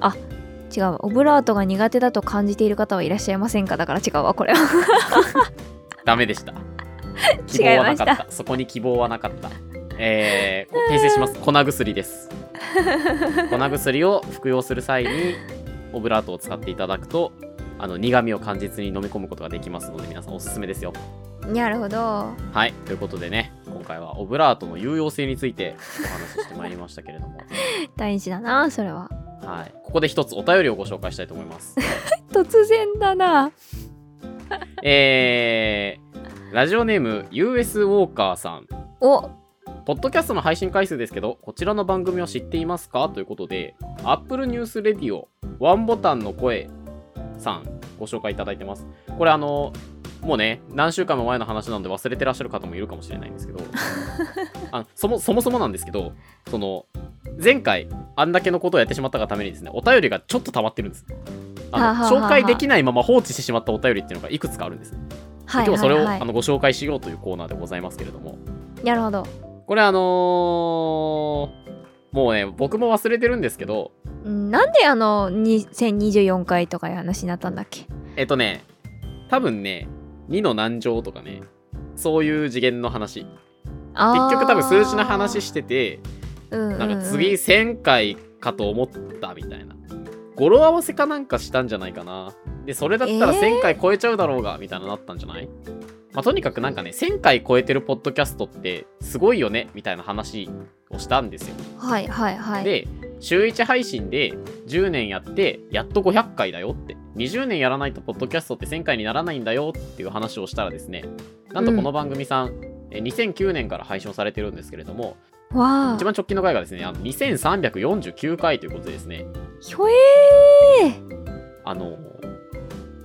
Speaker 2: あ違うわオブラートが苦手だと感じている方はいらっしゃいませんかだから違うわこれは
Speaker 1: ダメでした 希望
Speaker 2: 違い
Speaker 1: は
Speaker 2: ま
Speaker 1: な
Speaker 2: し
Speaker 1: か
Speaker 2: た
Speaker 1: ったそこに希望はなかったえー、こ訂正します粉薬です粉薬を服用する際にオブラートを使っていただくとあの苦味を感じずに飲み込むことができますので皆さんおすすめですよ
Speaker 2: なるほど
Speaker 1: はいということでね今回はオブラートの有用性についてお話ししてまいりましたけれども
Speaker 2: 大事だなそれは
Speaker 1: はい、ここで一つお便りをご紹介したいと思います。
Speaker 2: 突然だな
Speaker 1: えー、ラジオネーム US ウォーカーさん、
Speaker 2: お
Speaker 1: ポッドキャストの配信回数ですけど、こちらの番組を知っていますかということで、Apple News Radio ワンボタンの声さん、ご紹介いただいてます。これあの、もうね、何週間も前の話なので忘れてらっしゃる方もいるかもしれないんですけ ど、あのそもそもそもなんですけど、その、前回、あんだけのことをやってしまったがためにですね、お便りがちょっと溜まってるんです。
Speaker 2: はあ
Speaker 1: あ
Speaker 2: はあ
Speaker 1: の
Speaker 2: はあ
Speaker 1: 紹介できないまま放置してしまったお便りっていうのがいくつかあるんです。で
Speaker 2: は
Speaker 1: 今
Speaker 2: い
Speaker 1: 日はそれを、
Speaker 2: はい
Speaker 1: あ
Speaker 2: は
Speaker 1: のご紹介しようというコーナーでございますけれども、
Speaker 2: い、なるほど
Speaker 1: これあのーもうね僕も忘れてるんですけど
Speaker 2: うんなんであの2024回とかいう話になったんだっけ
Speaker 1: えっとね多分ね2の難乗とかねそういう次元の話結局多分数字の話してて
Speaker 2: な
Speaker 1: なんか次1000回かと思ったみたいな語呂合わせかなんかしたんじゃないかなでそれだったら
Speaker 2: えー
Speaker 1: 1000回超えちゃうだろうがみたいなのなったんじゃない、まあ、とにかくなんかね1000回超えてるポッドキャストってすごいよねみたいな話をしたんですよ
Speaker 2: はいはいはい
Speaker 1: で週1配信で10年やってやっと500回だよって20年やらないとポッドキャストって1000回にならないんだよっていう話をしたらですねなんとこの番組さん、え2009年から配信をされてるんですけれども
Speaker 2: わあ
Speaker 1: 一番直近の回がですねあの2349回ということでですね
Speaker 2: ひょえー
Speaker 1: あの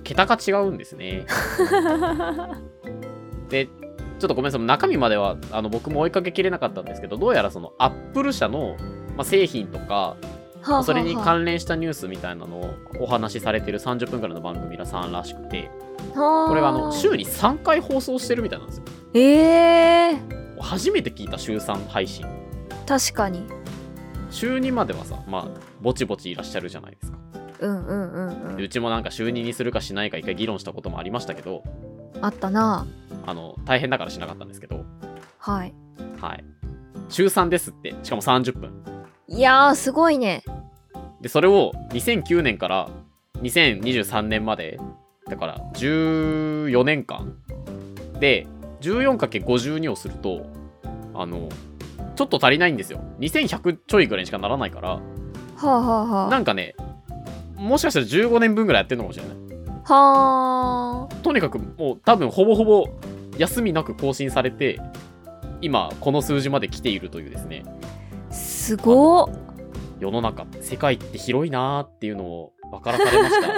Speaker 1: 桁が違うんですね でちょっとごめんなさい中身まではあの僕も追いかけきれなかったんですけどどうやらそのアップル社の、まあ、製品とか
Speaker 2: はあ
Speaker 1: それに
Speaker 2: は
Speaker 1: 関連したニュースみたいなのをお話しされてる30分ぐらいの番組らさんらしくて
Speaker 2: あ
Speaker 1: これがあの週に3回放送してるみたいなんですよ
Speaker 2: ええー、
Speaker 1: 初めて聞いた週3配信
Speaker 2: 確かに
Speaker 1: 週2まではさまあぼちぼちいらっしゃるじゃないですか
Speaker 2: うんうんうんう
Speaker 1: で
Speaker 2: ん
Speaker 1: うちもなんか週2にするかしないか一回議論したこともありましたけど
Speaker 2: あったな
Speaker 1: あの大変だからしなかったんですけど
Speaker 2: はい
Speaker 1: はい週3ですってしかも30分
Speaker 2: いやーすごいね
Speaker 1: でそれを2009年から2023年までだから14年間で 14×52 をするとあのちょっと足りないんですよ2100ちょいぐらいにしかならないから
Speaker 2: はあはあは
Speaker 1: なんかねもしかしたら15年分ぐらいやってるのかもしれない
Speaker 2: あはあ
Speaker 1: とにかくもう多分ほぼほぼ休みなく更新されて今この数字まで来ているというですね
Speaker 2: すごっ
Speaker 1: 世の中世界って広いなーっていうのを分からされました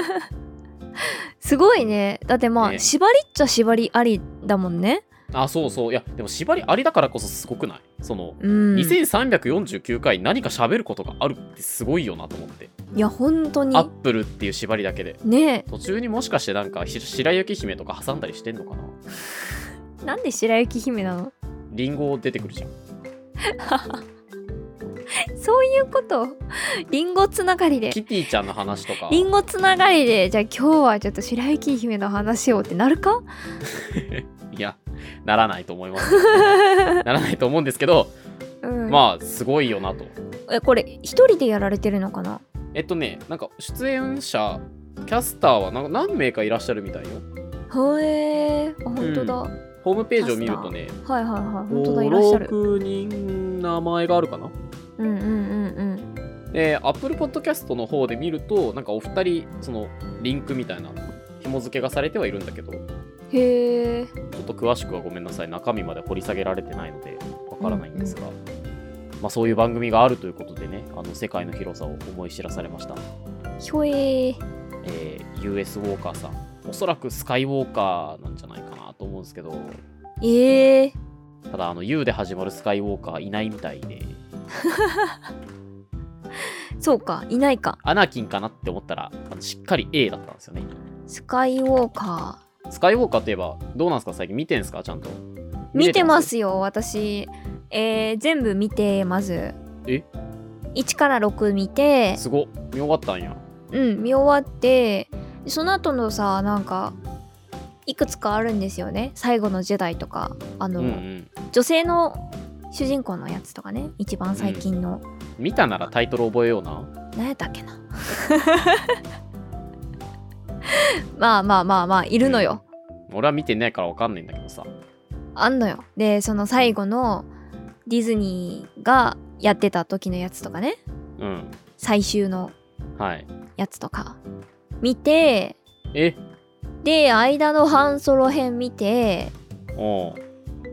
Speaker 2: すごいねだってまあ、
Speaker 1: ね
Speaker 2: 縛りっちゃ縛りありだもんね
Speaker 1: あそうそういやでも縛りありだからこそすごくないその、
Speaker 2: うんい
Speaker 1: 2349回何か喋ることがあるってすごいよなと思って
Speaker 2: や本当に
Speaker 1: アップルっていう縛りだけで
Speaker 2: ね
Speaker 1: 途中にもしかしてなんかひ白雪姫とか挟んだりしてんのかな
Speaker 2: えなんで白雪姫なの
Speaker 1: リンゴ出てくるじゃん
Speaker 2: そういうこと リンゴつながりで
Speaker 1: キティちゃんの話とか
Speaker 2: リンゴつながりでじゃあ今日はちょっと白雪姫の話をってなるか
Speaker 1: いやならないと思いますならないと思うんですけど、
Speaker 2: うん、
Speaker 1: まあすごいよなと
Speaker 2: えこれ一人でやられてるのかな
Speaker 1: えっとねなんか出演者キャスターはなんか何名かいらっしゃるみたいよ
Speaker 2: へえあ本当だ、
Speaker 1: うホームページを見るとね
Speaker 2: はいはいはい本当だいらっしゃる
Speaker 1: 56人名前があるかな
Speaker 2: うんうんうん
Speaker 1: で Apple Podcast の方で見るとなんかお二人そのリンクみたいな紐付けがされてはいるんだけどちょ
Speaker 2: うんへえ
Speaker 1: っと詳しくはごめんなさい中身まで掘り下げられてないのでわからないんですが、まあ、そういう番組があるということでねあの世界の広さを思い知らされました、
Speaker 2: ひょえ
Speaker 1: えー US ウォーカーさんおそらくスカイウォーカーなんじゃないかなと思うんですけど
Speaker 2: ええ
Speaker 1: ただあの U で始まるスカイウォーカーいないみたいで
Speaker 2: そうかいないか
Speaker 1: アナキンかなって思ったらあのしっかり A だったんですよね
Speaker 2: スカイウォーカ
Speaker 1: スカイウォーカーといえばどうなんですか最近見てんすかちゃんと
Speaker 2: ー見てますよ私えー、全部見てます
Speaker 1: え
Speaker 2: 1から6見て
Speaker 1: すごっ見終わったんや
Speaker 2: うん見終わってその後のさなんかいくつかあるんですよね最後のジェダイとかあ
Speaker 1: う
Speaker 2: の、
Speaker 1: んうん
Speaker 2: 女性の主人公のやつとかね一番最近の、
Speaker 1: 見たならタイトル覚えような
Speaker 2: 何やったっけな まあまあまあまあいるのよ、
Speaker 1: 俺は見てないからわかんないんだけどさ
Speaker 2: あんのよでその最後のディズニーがやってた時のやつとかね
Speaker 1: うん
Speaker 2: 最終の
Speaker 1: はい
Speaker 2: やつとか見て
Speaker 1: え
Speaker 2: で間の半ソロ編見て
Speaker 1: おう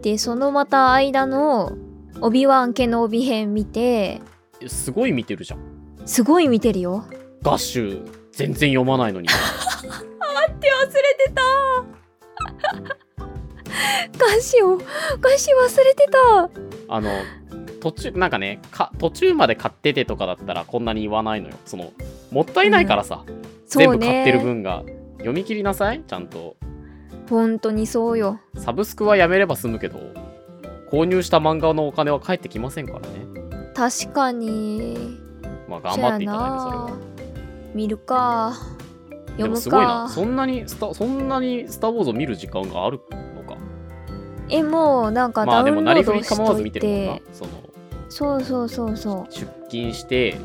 Speaker 2: でそのまた間のオビワン系の帯編見て
Speaker 1: えすごい見てるじゃん
Speaker 2: すごい見てるよ
Speaker 1: ガッシュ全然読まないのに
Speaker 2: って忘れてた 歌詞を歌詞忘れてた
Speaker 1: あの途中なんかねか途中まで買っててとかだったらこんなに言わないのよそのもったいないからさ、全
Speaker 2: そう
Speaker 1: 部買ってる
Speaker 2: ね
Speaker 1: 分が、読み切りなさいちゃんと
Speaker 2: 本当にそうよ
Speaker 1: サブスクはやめれば済むけど購入した漫画のお金は返ってきませんからね
Speaker 2: 確かに
Speaker 1: まあ頑張っていただいてそれは
Speaker 2: そやな見るか
Speaker 1: で
Speaker 2: 読
Speaker 1: も
Speaker 2: む
Speaker 1: すごいな
Speaker 2: か
Speaker 1: そんなにスタそんなにスター・ウォーズを見る時間があるのか
Speaker 2: えもうなんか
Speaker 1: ま
Speaker 2: ダ
Speaker 1: あで
Speaker 2: ウ
Speaker 1: も
Speaker 2: ン
Speaker 1: な
Speaker 2: ロ
Speaker 1: り
Speaker 2: ー
Speaker 1: ふり
Speaker 2: ドし
Speaker 1: 構わ
Speaker 2: と
Speaker 1: ず
Speaker 2: い
Speaker 1: 見てるもん
Speaker 2: て
Speaker 1: なその
Speaker 2: そうそうそうそ
Speaker 1: 出勤して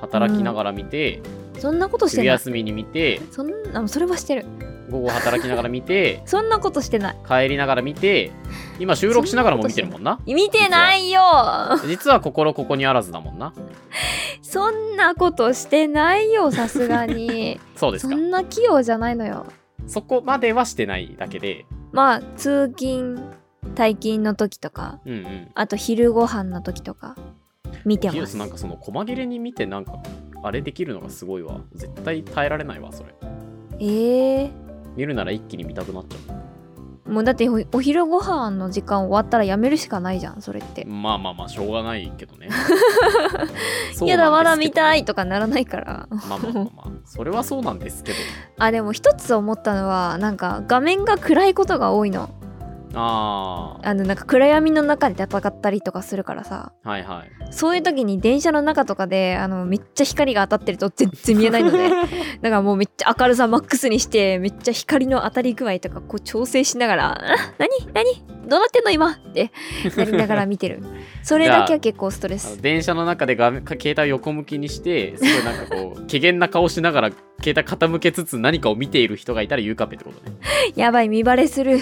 Speaker 1: 働きながら見て、
Speaker 2: うそんなことして
Speaker 1: 昼
Speaker 2: ない
Speaker 1: 休みに見て
Speaker 2: そんなそれはしてる
Speaker 1: 午後働きながら見 て
Speaker 2: そんなことしてない
Speaker 1: 帰りながら見て今収録しながらも見てるもんな
Speaker 2: 見てないよ
Speaker 1: 実は心ここにあらずだもんな
Speaker 2: そんなことしてないよさすがに
Speaker 1: そうです
Speaker 2: そ
Speaker 1: か
Speaker 2: んな器用じゃないのよ
Speaker 1: そこまではしてないだけで
Speaker 2: まあ通勤退勤の時とか
Speaker 1: うんうん
Speaker 2: あと昼ご飯の時とか見て
Speaker 1: ヒ
Speaker 2: ま
Speaker 1: ロ
Speaker 2: す
Speaker 1: スなんかその細切れに見てなんかあれできるのがすごいわ絶対耐えられないわそれ
Speaker 2: えー、
Speaker 1: 見るなら一気に見たくなっちゃ
Speaker 2: もうだっておお昼ご飯の時間終わったらやめるしかないじゃんそれって
Speaker 1: うまあまあまあしょうがないけど ねそうなんですけど
Speaker 2: やだまだ見たいとかならないから
Speaker 1: まあまあまあまあそれはそうなんですけど
Speaker 2: あでも一つ思ったのはなんか画面が暗いことが多いの
Speaker 1: あ
Speaker 2: あのなんか暗闇の中で戦ったりとかするからさ
Speaker 1: あはいはい
Speaker 2: そういう時に電車の中とかであのめっちゃ光が当たってると全然見えないのでだからもうめっちゃ明るさマックスにしてめっちゃ光の当たり具合とかこう調整しながら 「あ何何どうなってんの今!」ってなりながら見 てるそれだけは結構ストレ
Speaker 1: あの
Speaker 2: ス
Speaker 1: 電車の中で画面か携帯を横向きにしてすごいなんかこう怪げな顔しながら携帯傾けつつ何かを見ている人がいたら言うかってことね
Speaker 2: やばい見バ レする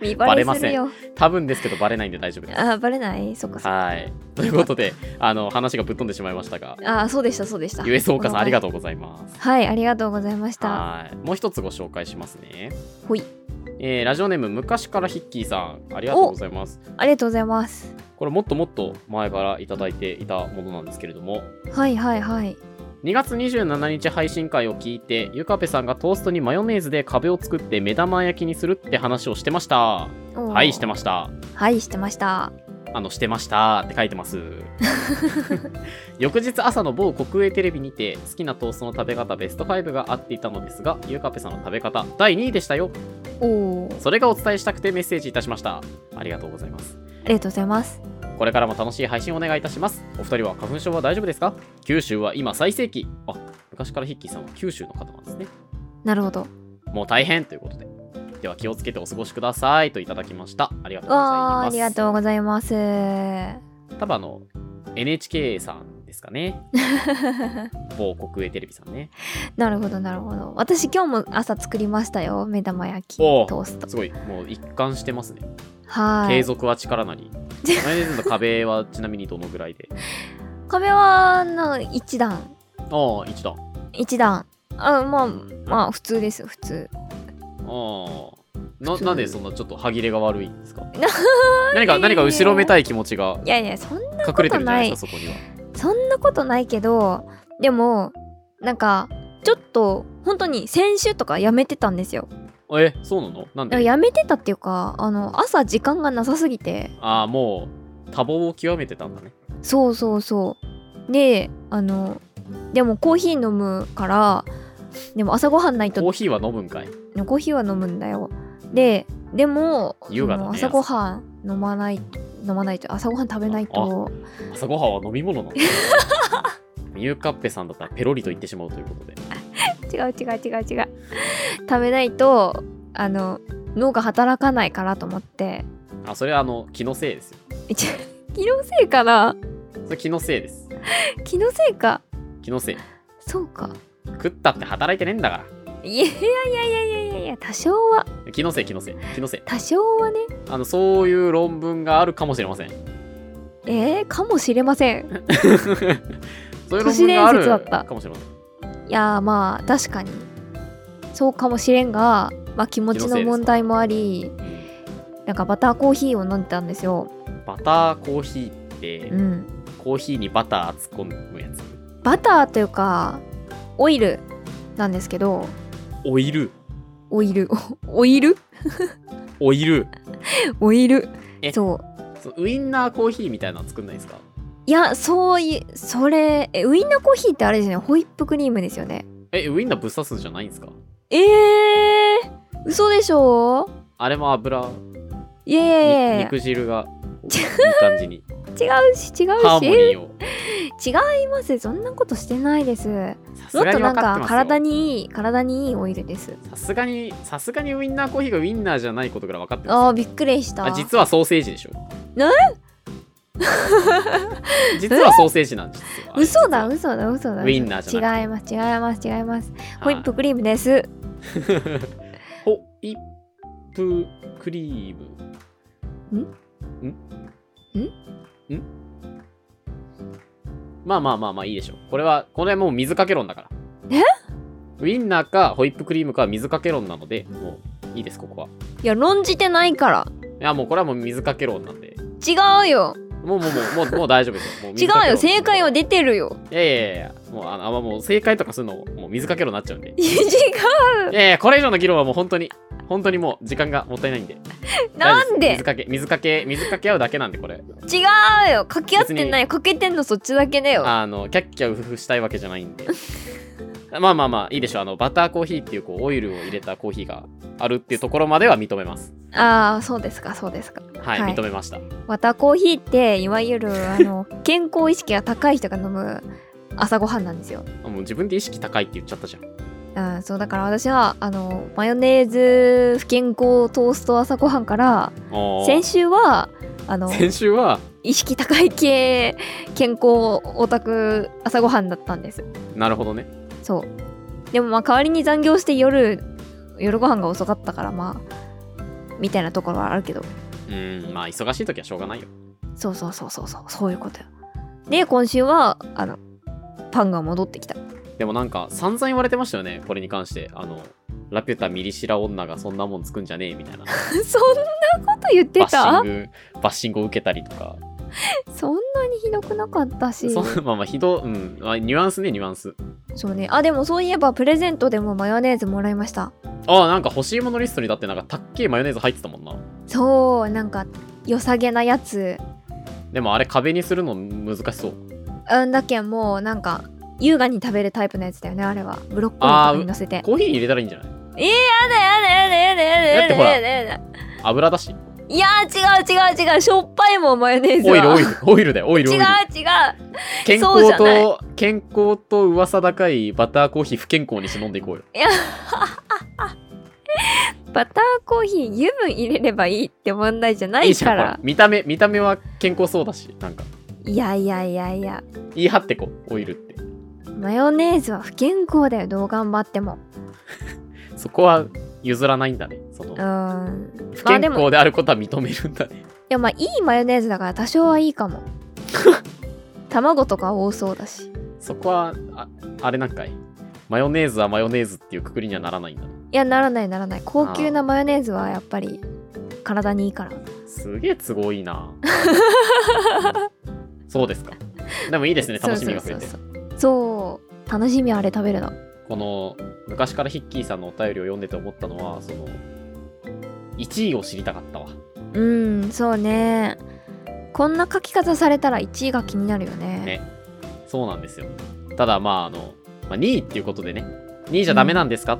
Speaker 2: 見バレするよ
Speaker 1: 多分ですけどバレないんで大丈夫です
Speaker 2: あバレないそっかそっか
Speaker 1: はいということであの話がぶっ飛んでしまいましたが
Speaker 2: あそうでしたそうでした
Speaker 1: ゆえそうかさんありが
Speaker 2: と
Speaker 1: とうございます
Speaker 2: うはいありがとうございました
Speaker 1: はいもう一つご紹介しますね
Speaker 2: ほい
Speaker 1: えーラジオネーム昔からヒッキーさんありがとうございます
Speaker 2: ありがとうございます
Speaker 1: これもっともっと前からいただいていたものなんですけれども
Speaker 2: はいはいはい
Speaker 1: 2月27日配信会を聞いてゆかぺさんがトーストにマヨネーズで壁を作って目玉焼きにするって話をしてましたはいしてま
Speaker 2: し
Speaker 1: した
Speaker 2: たはいしてました
Speaker 1: あのしてましたって書いてます 翌日朝の某国営テレビにて好きなトーストの食べ方ベスト5が合っていたのですがゆかぺさんの食べ方第2位でしたよ
Speaker 2: おおー
Speaker 1: それがお伝えしたくてメッセージいたしましたありがとうございます
Speaker 2: ありがとうございます
Speaker 1: これからも楽しい配信をお願いいたしますお二人は花粉症は大丈夫ですか九州は今最盛期あ昔からヒッキーさんは九州の方なんですね
Speaker 2: なるほど
Speaker 1: もう大変ということででは気をつけてお過ごしくださいといただきましたありがとうござい
Speaker 2: わ
Speaker 1: ます
Speaker 2: ーありがとうございます
Speaker 1: 多分あの NHK さんですか ね某国営テレビさんね
Speaker 2: なるほどなるほど私今日も朝作りましたよ目玉焼き
Speaker 1: おー
Speaker 2: トースト
Speaker 1: すごいもう一貫してますね、
Speaker 2: は
Speaker 1: 継
Speaker 2: い
Speaker 1: 続は力なりマヨネーズの壁はちなみにどのぐらいで
Speaker 2: 壁はな一段
Speaker 1: ああ一段
Speaker 2: 一段あまあ
Speaker 1: うん
Speaker 2: まあ普通です普通
Speaker 1: ああななんでそんなちょっと歯切れが悪いんですか
Speaker 2: なんで
Speaker 1: 何か何か後ろめたい気持ちが
Speaker 2: いやいやそんな
Speaker 1: 隠れてるんじゃないですかそこには
Speaker 2: そんなことないけどでもなんかちょっと本当に先週とかやめてたんですよ
Speaker 1: えそうなのなんで
Speaker 2: やめてたっていうかあの朝時間がなさすぎて
Speaker 1: ああもう多忙を極めてたんだね
Speaker 2: そうそうそうであのでもコーヒー飲むからでも朝ごはんないと
Speaker 1: コーヒーは飲むんかい
Speaker 2: コーヒーは飲むんだよででも
Speaker 1: 優雅だね
Speaker 2: その朝ごはん飲まない飲まないと朝ごはん食べないと
Speaker 1: 朝ごはんは飲み物 なのゆうかっぺさんだったらペロリと言ってしまうということで
Speaker 2: 違う違う違う違う食べないとあの脳が働かないからと思って
Speaker 1: あそれはあの気のせいですよ
Speaker 2: えちょ 気のせいかな
Speaker 1: それ気のせいです
Speaker 2: 気のせいか
Speaker 1: 気のせい
Speaker 2: そうか
Speaker 1: 食ったって働いてねえんだか
Speaker 2: いやいやいやいやいやいや多少は
Speaker 1: ら気のせい気のせい気のせい
Speaker 2: 多少はね
Speaker 1: あのそういう論文があるかもしれませ ん
Speaker 2: えー、かもしれません
Speaker 1: そういう論文があ
Speaker 2: 都市伝説だった
Speaker 1: るかもしれません
Speaker 2: いやーまあ確かにそうかもしれんが、まあ、気持ちの問題もありなんかバターコーヒーを飲んでたんですよ、
Speaker 1: バターコーヒーって、
Speaker 2: うん、
Speaker 1: コーヒーにバター突っ込むやつ
Speaker 2: バターというかオイルなんですけど
Speaker 1: オイル
Speaker 2: オイル オイル
Speaker 1: オイル
Speaker 2: オイル
Speaker 1: え
Speaker 2: そう
Speaker 1: そうウインナーコーヒーみたいなの作んないですか
Speaker 2: いやそういうそれえウインナーコーヒーってあれですよねホイップクリームですよね
Speaker 1: えウインナーぶっ刺すんじゃないんですか
Speaker 2: えー、嘘でしょ
Speaker 1: あれも油
Speaker 2: いやい
Speaker 1: に
Speaker 2: やいや違う
Speaker 1: 肉汁がいい感じ に
Speaker 2: し違
Speaker 1: ハーモニ
Speaker 2: うし
Speaker 1: ーを
Speaker 2: 違いますそんなことしてないです
Speaker 1: さす
Speaker 2: もっ
Speaker 1: が
Speaker 2: と
Speaker 1: に
Speaker 2: なん
Speaker 1: 分かっ
Speaker 2: か
Speaker 1: てますよ
Speaker 2: 体にいい体にいいオイルです
Speaker 1: さすがにさすがにウインナーコーヒーがウインナーじゃないことぐらい分かってます
Speaker 2: あーびっくりした
Speaker 1: あ実はソーセージでしょ
Speaker 2: な
Speaker 1: 実はソーセージなんですよあれ
Speaker 2: 嘘だ嘘だ嘘だ
Speaker 1: ウインナーじゃな
Speaker 2: 違います違います違いますホ
Speaker 1: は
Speaker 2: イ
Speaker 1: い
Speaker 2: ップクリームです
Speaker 1: ホイップクリームんんんまあまあまあまあいいでしょうこれはこれはもう水かけ論だから
Speaker 2: え
Speaker 1: ウインナーかホイップクリームかは水かけ論なのでもういいですここはい
Speaker 2: や論じてないから
Speaker 1: いやもうこれはもう水かけ論なんで
Speaker 2: 違うよ
Speaker 1: もうもうもうもうもう大丈夫ですよもう
Speaker 2: 違
Speaker 1: 水か
Speaker 2: う
Speaker 1: け
Speaker 2: よ
Speaker 1: 論
Speaker 2: 正解は出てるよ
Speaker 1: いやいやいやもうあのあんまもう正解とかするのもう水かけ論になっちゃうんで
Speaker 2: 違
Speaker 1: いやいやこれ以上の議論はもう本当に本当にもう時間がもったいないんで
Speaker 2: うなん
Speaker 1: 大
Speaker 2: で
Speaker 1: 丈夫す水かけ水かけ水かけ合うだけなんでこれ
Speaker 2: 違うよかけ合ってないかけてんのそっちだけだよ
Speaker 1: あのキャッキャウフフしたいわけじゃないんでまあまあまあいいでしょうあのバターコーヒーっていうこうオイルを入れたコーヒーがあるっていうところまでは認めます
Speaker 2: あーそうですかそうですか
Speaker 1: はい、
Speaker 2: はい
Speaker 1: 認めました
Speaker 2: またコーヒーっていわゆるあ の健康意識が高い人が飲む朝ごはんなんですよ
Speaker 1: あもう自分で意識高いって言っちゃったじゃん
Speaker 2: うん、そうだから私はあのマヨネーズ不健康トースト朝ごはんから
Speaker 1: おー
Speaker 2: 先週はあの
Speaker 1: 先週は
Speaker 2: 意識高い系健康オタク朝ごはんだったんです
Speaker 1: なるほどね
Speaker 2: そうでもまあ代わりに残業して夜夜ご飯が遅かったからまあみたいなところはあるけど
Speaker 1: うんまあ忙しい時はしょうがないよ
Speaker 2: そうそうそうそうそうそういうことよで今週はあのパンが戻ってきた
Speaker 1: でもなんか散々言われてましたよねこれに関してあのラピュタミリシラ女がそんなもんつくんじゃねえみ たいな
Speaker 2: そんなこと言って
Speaker 1: バッシ
Speaker 2: た
Speaker 1: ングバッシングを受けたりとか
Speaker 2: そんなにひどくなかったし
Speaker 1: そんまあまあひどうん、まあ、ニュアンスねニュアンス
Speaker 2: そうねあでもそういえばプレゼントでもマヨネーズもらいました
Speaker 1: ああなんか欲しいものリストにだってなんかたっけえマヨネーズ入ってたもんな
Speaker 2: そうなんか良さげなやつ
Speaker 1: でもあれ壁にするの難しそう
Speaker 2: うんだけんもうなんか優雅に食べるタイプのやつだよねあれはブロッコリーとかに乗せて
Speaker 1: コーヒーに入れたらいいんじゃない
Speaker 2: やだやだやだやだやだやだやだやだ
Speaker 1: 油だし
Speaker 2: いやー違う違う違うしょっぱいもんマヨネーズは
Speaker 1: オイルオイルオイルだよオイルオイ
Speaker 2: 違う
Speaker 1: ル
Speaker 2: 違う
Speaker 1: 健
Speaker 2: そう
Speaker 1: 康
Speaker 2: じゃな
Speaker 1: と健康と噂高いバターコーヒー不健康にして飲んでいこうよ
Speaker 2: バターコーヒー油分入れればいいって問題じゃないい
Speaker 1: じゃ
Speaker 2: か
Speaker 1: んほ
Speaker 2: ら
Speaker 1: ら見た目見た目は健康そうだしなんか
Speaker 2: いやいやいやいや
Speaker 1: 言い張ってこうオイルって
Speaker 2: マヨネーズは不健康だよどう頑張っても
Speaker 1: そこは譲らないんだねそうの
Speaker 2: ーん
Speaker 1: 不
Speaker 2: まあ
Speaker 1: 健
Speaker 2: でもい
Speaker 1: 康であることは認めるんだね、
Speaker 2: やまあいいマヨネーズだから多少はいい かも卵とか多そうだし
Speaker 1: そこはああれなんかいマヨネーズはマヨネーズっていうくくりにはならないんだね
Speaker 2: いやならないならない高級なマヨネーズはやっぱり体にいいから
Speaker 1: すげえ都合いいなそうですかでもいいですね楽しみが増えて
Speaker 2: そうそうそうそうそう楽しみあれ食べるの
Speaker 1: この昔からヒッキーさんのお便りを読んでて思ったのはその1位を知りたかったわ
Speaker 2: うんそうねこんな書き方されたら1位が気になるよね
Speaker 1: ねそうなんですよただまああの、まあ、2位っていうことでね2位じゃダメなんですか、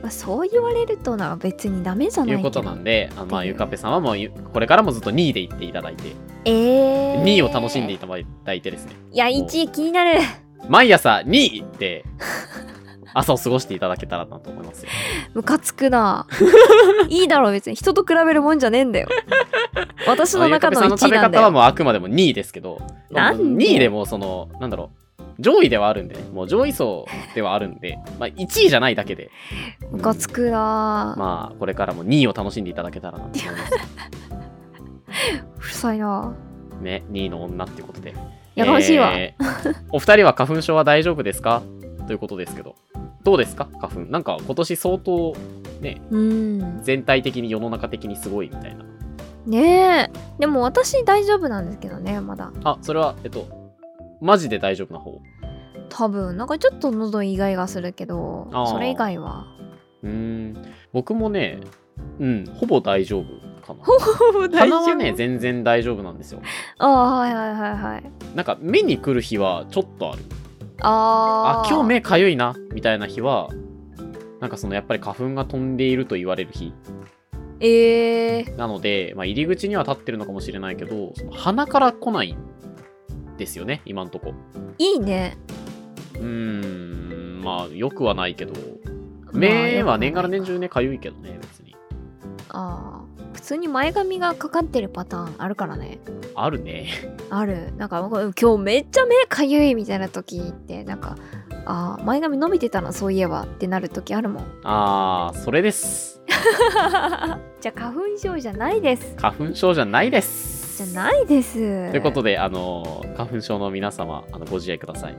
Speaker 2: まあ、そう言われるとな別にダメじゃ
Speaker 1: と
Speaker 2: ないいうけ
Speaker 1: こ
Speaker 2: ど
Speaker 1: となんであのまあ
Speaker 2: っていう
Speaker 1: ゆかぺさんはもうゆこれからもずっと2位でいっていただいて、
Speaker 2: えー、
Speaker 1: 2位を楽しんでいただいてですね
Speaker 2: いや1位気になる
Speaker 1: 毎朝2位で 朝を過ごしていただけたらなと思いますよ
Speaker 2: ムカつ くないいだろ別に人と比べるもんじゃねえんだよ私の
Speaker 1: ゆかぺ
Speaker 2: 中の
Speaker 1: さんの
Speaker 2: 1
Speaker 1: 食
Speaker 2: 位
Speaker 1: べ
Speaker 2: なんだ
Speaker 1: 方は
Speaker 2: よ
Speaker 1: もうあくまでも2位ですけど
Speaker 2: なんで
Speaker 1: 2位でもそのなんだろう上位ではあるんでねもう上位層ではあるんで、まあ、1位じゃないだけ で、うん
Speaker 2: ムカつくな、
Speaker 1: まあこれからも2位を楽しんでいただけたらなと思います
Speaker 2: うるさいな
Speaker 1: ね2位の女っていうことで
Speaker 2: やかましいわ、
Speaker 1: えーお二人は花粉症は大丈夫ですかということですけどどうですか花粉なんか今年相当ね
Speaker 2: うん
Speaker 1: 全体的に世の中的にすごいみたいな
Speaker 2: ねえでも私大丈夫なんですけどねまだ
Speaker 1: あそれはえっとマジで大丈夫な方
Speaker 2: 多分なんかちょっと喉意外がするけど
Speaker 1: あー
Speaker 2: それ以 外は
Speaker 1: うーん僕もねうんほぼ大丈夫かな鼻
Speaker 2: 鼻
Speaker 1: はね全然大丈夫なんですよ
Speaker 2: ああはいはいはいはい
Speaker 1: なんか目に来る日はちょっとある
Speaker 2: あ
Speaker 1: あ
Speaker 2: ー
Speaker 1: 今日目かゆいなみたいな日はなんかそのやっぱり花粉が飛んでいると言われる日
Speaker 2: ええ
Speaker 1: なので、まあ、入り口には立ってるのかもしれないけど、その鼻から来ないんですよね、今んとこ。
Speaker 2: いいね
Speaker 1: うーん、まあ、よくはないけど、目は年がら年中ね、かゆいけどね、別に。
Speaker 2: あー普通に前髪がかかってるパターンあるからね
Speaker 1: あるね。
Speaker 2: あるなんか今日めっちゃ目かゆいみたいな時ってなんかあー前髪伸びてたなそういえばってなる時あるもん
Speaker 1: あー、それです。
Speaker 2: じゃあ花粉症じゃないです
Speaker 1: 花粉症じゃないです。
Speaker 2: じゃないですと
Speaker 1: とい
Speaker 2: いう
Speaker 1: ことで、あのー、花粉症の皆様、あのご自愛ください。
Speaker 2: い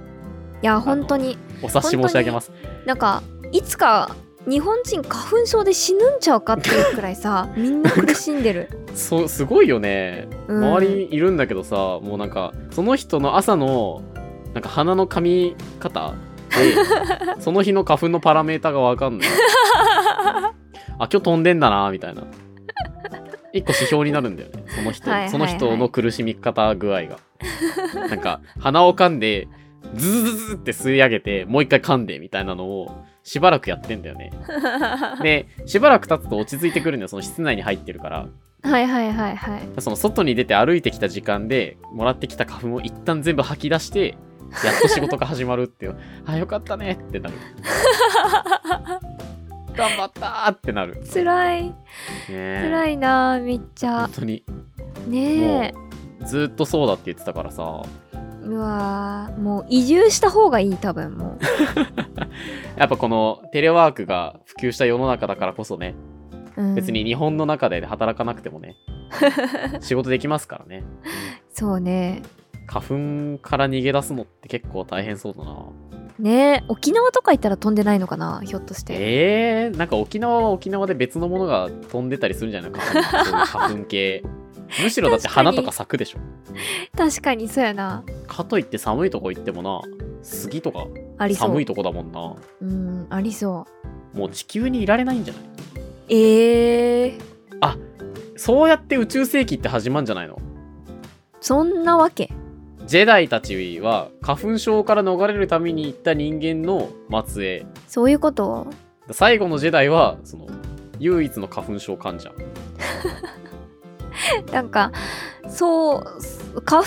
Speaker 2: や本当に
Speaker 1: お察し申し上げます。
Speaker 2: なんかいつか日本人花粉症で死ぬんちゃうかっていうくら いさみんな苦しんでる、
Speaker 1: そう、すごいよね。
Speaker 2: うん
Speaker 1: 周りにいるんだけどさ、もうなんかその人の朝のなんか鼻の噛み方 でその日の花粉のパラメータがわかんないあ今日飛んでんだなみたいな一個指標になるんだよねその人、
Speaker 2: はいはいはい
Speaker 1: その人の苦しみ方具合がなんか鼻を噛んでズズズズって吸い上げてもう一回噛んでみたいなのをしばらくやってんだよ ねでしばらく経つと落ち着いてくるんだよその室内に入ってるから
Speaker 2: はいはいはいはい
Speaker 1: その外に出て歩いてきた時間でもらってきた花粉を一旦全部吐き出してやっと仕事が始まるっていう あよかったねってなる 頑張ったーってなるね
Speaker 2: 辛い辛
Speaker 1: え
Speaker 2: いなめっちゃ
Speaker 1: 本当にも
Speaker 2: ねえ
Speaker 1: うずっとそうだって言ってたからさ
Speaker 2: うわーもう移住した方がいい多分も
Speaker 1: やっぱこのテレワークが普及した世の中だからこそね
Speaker 2: う、うん
Speaker 1: 別に日本の中で働かなくても ね仕事できますからね
Speaker 2: そうね
Speaker 1: 花粉から逃げ出すのって結構大変そうだな
Speaker 2: ね沖縄とか行ったら飛んでないのかなひょっとして、
Speaker 1: えー、なんか沖縄は沖縄で別のものが飛んでたりするんじゃないか花粉そういう花粉 系むしろだって
Speaker 2: 確かに
Speaker 1: 花とか咲くでしょ
Speaker 2: 確かにそうやな
Speaker 1: かといって寒いとこ行ってもな杉とか
Speaker 2: ありそう
Speaker 1: 寒いとこだもんな
Speaker 2: うんありそう
Speaker 1: もう地球にいられないんじゃない
Speaker 2: えー、
Speaker 1: そうやって宇宙世紀って始まんじゃないの
Speaker 2: そんなわけ
Speaker 1: ジェダイたちは花粉症から逃れるために行った人間の末裔
Speaker 2: そういうこと
Speaker 1: 最後のジェダイはその唯一の花粉症患者
Speaker 2: なんかそう花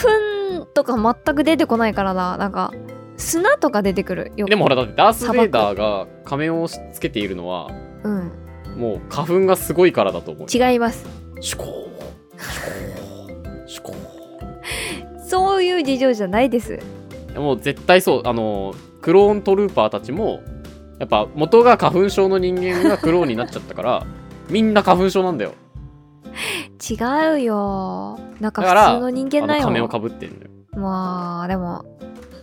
Speaker 2: 粉とか全く出てこないからななんか砂とか出てくるよ
Speaker 1: でもほらだってダース・ベイダーが仮面をつけているのは
Speaker 2: うん
Speaker 1: もう花粉がすごいからだと思う
Speaker 2: 違います
Speaker 1: シュコーシュコーシュコ
Speaker 2: そういう事情じゃないです
Speaker 1: ーもう絶対そうあのクローントルーパーたちもやっぱ元が花粉症の人間がクローンになっちゃったから みんな花粉症なんだよ
Speaker 2: 違うよなんか
Speaker 1: だから
Speaker 2: 普通の人
Speaker 1: あの
Speaker 2: 間ない
Speaker 1: 仮面
Speaker 2: も
Speaker 1: をか
Speaker 2: ん
Speaker 1: ぶってんのよ
Speaker 2: まあでも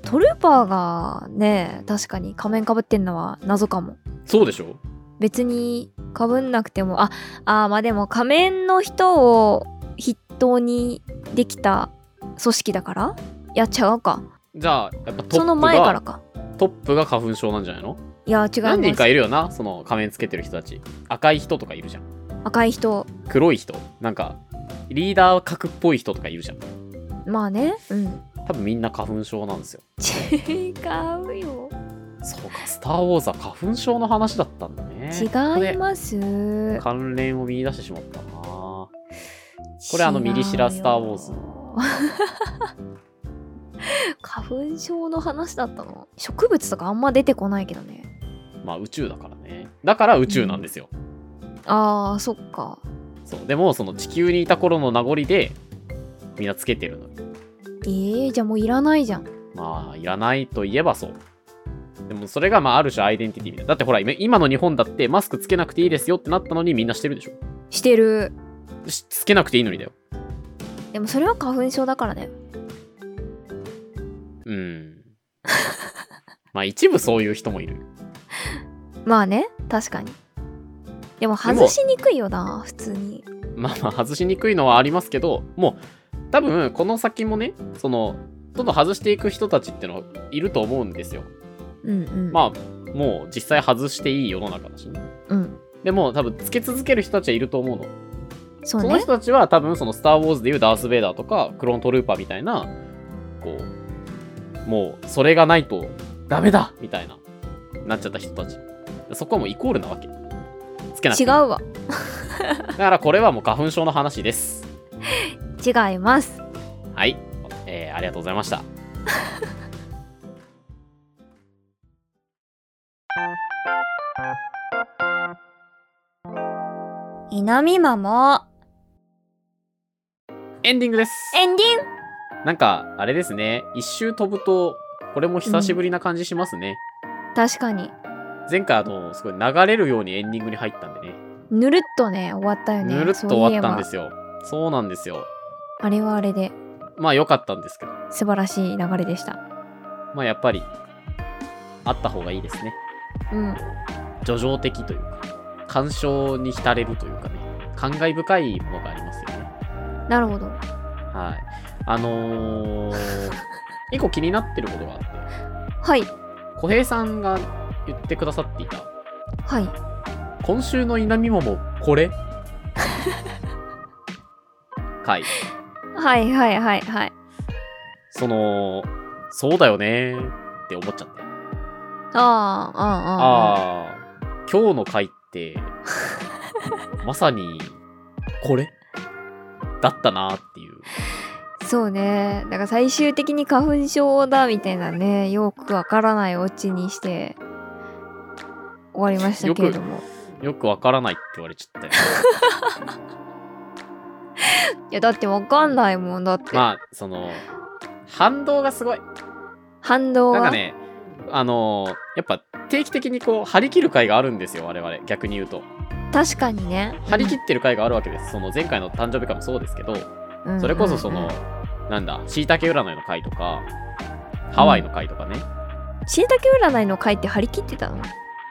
Speaker 2: トルーパーがね確かに仮面かぶってんのは謎かも
Speaker 1: そうでしょ
Speaker 2: 別にかぶんなくてもああーまあでも仮面の人を筆頭にできた組織だからいや違うか
Speaker 1: じゃあやっぱトッ
Speaker 2: その
Speaker 1: プ
Speaker 2: 前から
Speaker 1: が
Speaker 2: か
Speaker 1: トップが花粉症なんじゃないの
Speaker 2: いや違う
Speaker 1: 何人かいるよなその仮面つけてる人たち赤い人とかいるじゃん
Speaker 2: 赤い人
Speaker 1: 黒い人なんかリーダー格っぽい人とかいるじゃん
Speaker 2: まあねうん
Speaker 1: 多分みんな花粉症なんですよ
Speaker 2: 違うよ
Speaker 1: そうか「スター・ウォーズ」は花粉症の話だったんだね
Speaker 2: 違います
Speaker 1: す関連を見出してしまったなこれあの
Speaker 2: 違うよ
Speaker 1: ミリシラスターウォーズ
Speaker 2: 花粉症の話だったの植物とかあんま出てこないけどね
Speaker 1: まあ宇宙だからねだから宇宙なんですよ、
Speaker 2: あーそっか
Speaker 1: そうでもその地球にいた頃の名残でみんなつけてるの
Speaker 2: えー、じゃあもういらないじゃん
Speaker 1: まあいらないといえばそうでもそれがまあある種アイデンティティみたいなだってほら今今の日本だってマスクつけなくていいですよってなったのにみんなしてるでしょ
Speaker 2: してる
Speaker 1: しつけなくていいのにだよ
Speaker 2: でもそれは花粉症だからね
Speaker 1: うん まあ一部そういう人もいる
Speaker 2: まあね確かにでも外しにくいよな普通に
Speaker 1: まあまあ外しにくいのはありますけどもう多分この先もねそのどんどん外していく人たちってのはいると思うんですよ
Speaker 2: うんうん
Speaker 1: まあもう実際外していい世の中だしね
Speaker 2: うん
Speaker 1: でも多分つけ続ける人たちはいると思うの
Speaker 2: そう
Speaker 1: その
Speaker 2: ね
Speaker 1: 人たちは多分その「スター・ウォーズ」でいうダース・ベイダーとかクローントルーパーみたいなこうもうそれがないとダメだみたいななっちゃった人たちそこはもうイコールなわけつけなくていうい
Speaker 2: 違
Speaker 1: だ
Speaker 2: わ
Speaker 1: からこれはもう花粉症の話です
Speaker 2: 違います
Speaker 1: はい、えーありがとうございました
Speaker 2: 南マも
Speaker 1: エンディングです
Speaker 2: エンディング
Speaker 1: なんかあれですね一周飛ぶとこれも久しぶりな感じしますね、
Speaker 2: 確かに
Speaker 1: 前回あのすごい流れるようにエンディングに入ったんでね
Speaker 2: ぬるっとね終わったよね
Speaker 1: ぬるっと終わったんですすよそうなんですよ
Speaker 2: あれはあれで
Speaker 1: まあ良かったんですけど
Speaker 2: 素晴らしい流れでした
Speaker 1: まあやっぱりあった方がいいですね
Speaker 2: うん
Speaker 1: 叙情的というか感傷に浸れるというかね感慨深いものがありますよね
Speaker 2: なるほど
Speaker 1: はいあの ー、一個気になってることがあって
Speaker 2: はい
Speaker 1: 小平さんが言ってくださっていた
Speaker 2: はい
Speaker 1: 今週の稲見桃こ れはい
Speaker 2: はいはいはいはい
Speaker 1: そのそうだよねって思っちゃって
Speaker 2: あーああ
Speaker 1: ああ今日の回って まさにこれだったなっていう
Speaker 2: あそうねだから最終的に花粉症だみたいなねよくわからないオチにして終わりましたけれども
Speaker 1: よくわからないって言われちゃった よ
Speaker 2: いやだってわかんないもんだって、
Speaker 1: まあその反動がすごい
Speaker 2: 反動
Speaker 1: なん
Speaker 2: は
Speaker 1: かねあのーやっぱ定期的にこう張り切る回があるんですよ我々逆に言うと
Speaker 2: 確かにね
Speaker 1: 張り切ってる回があるわけですその前回の誕生日会もそうですけど
Speaker 2: うん
Speaker 1: それこそそ
Speaker 2: うん
Speaker 1: のなんだしいたけ占いの回とかハワイの回とかね
Speaker 2: しいたけ占いの回って張り切ってたの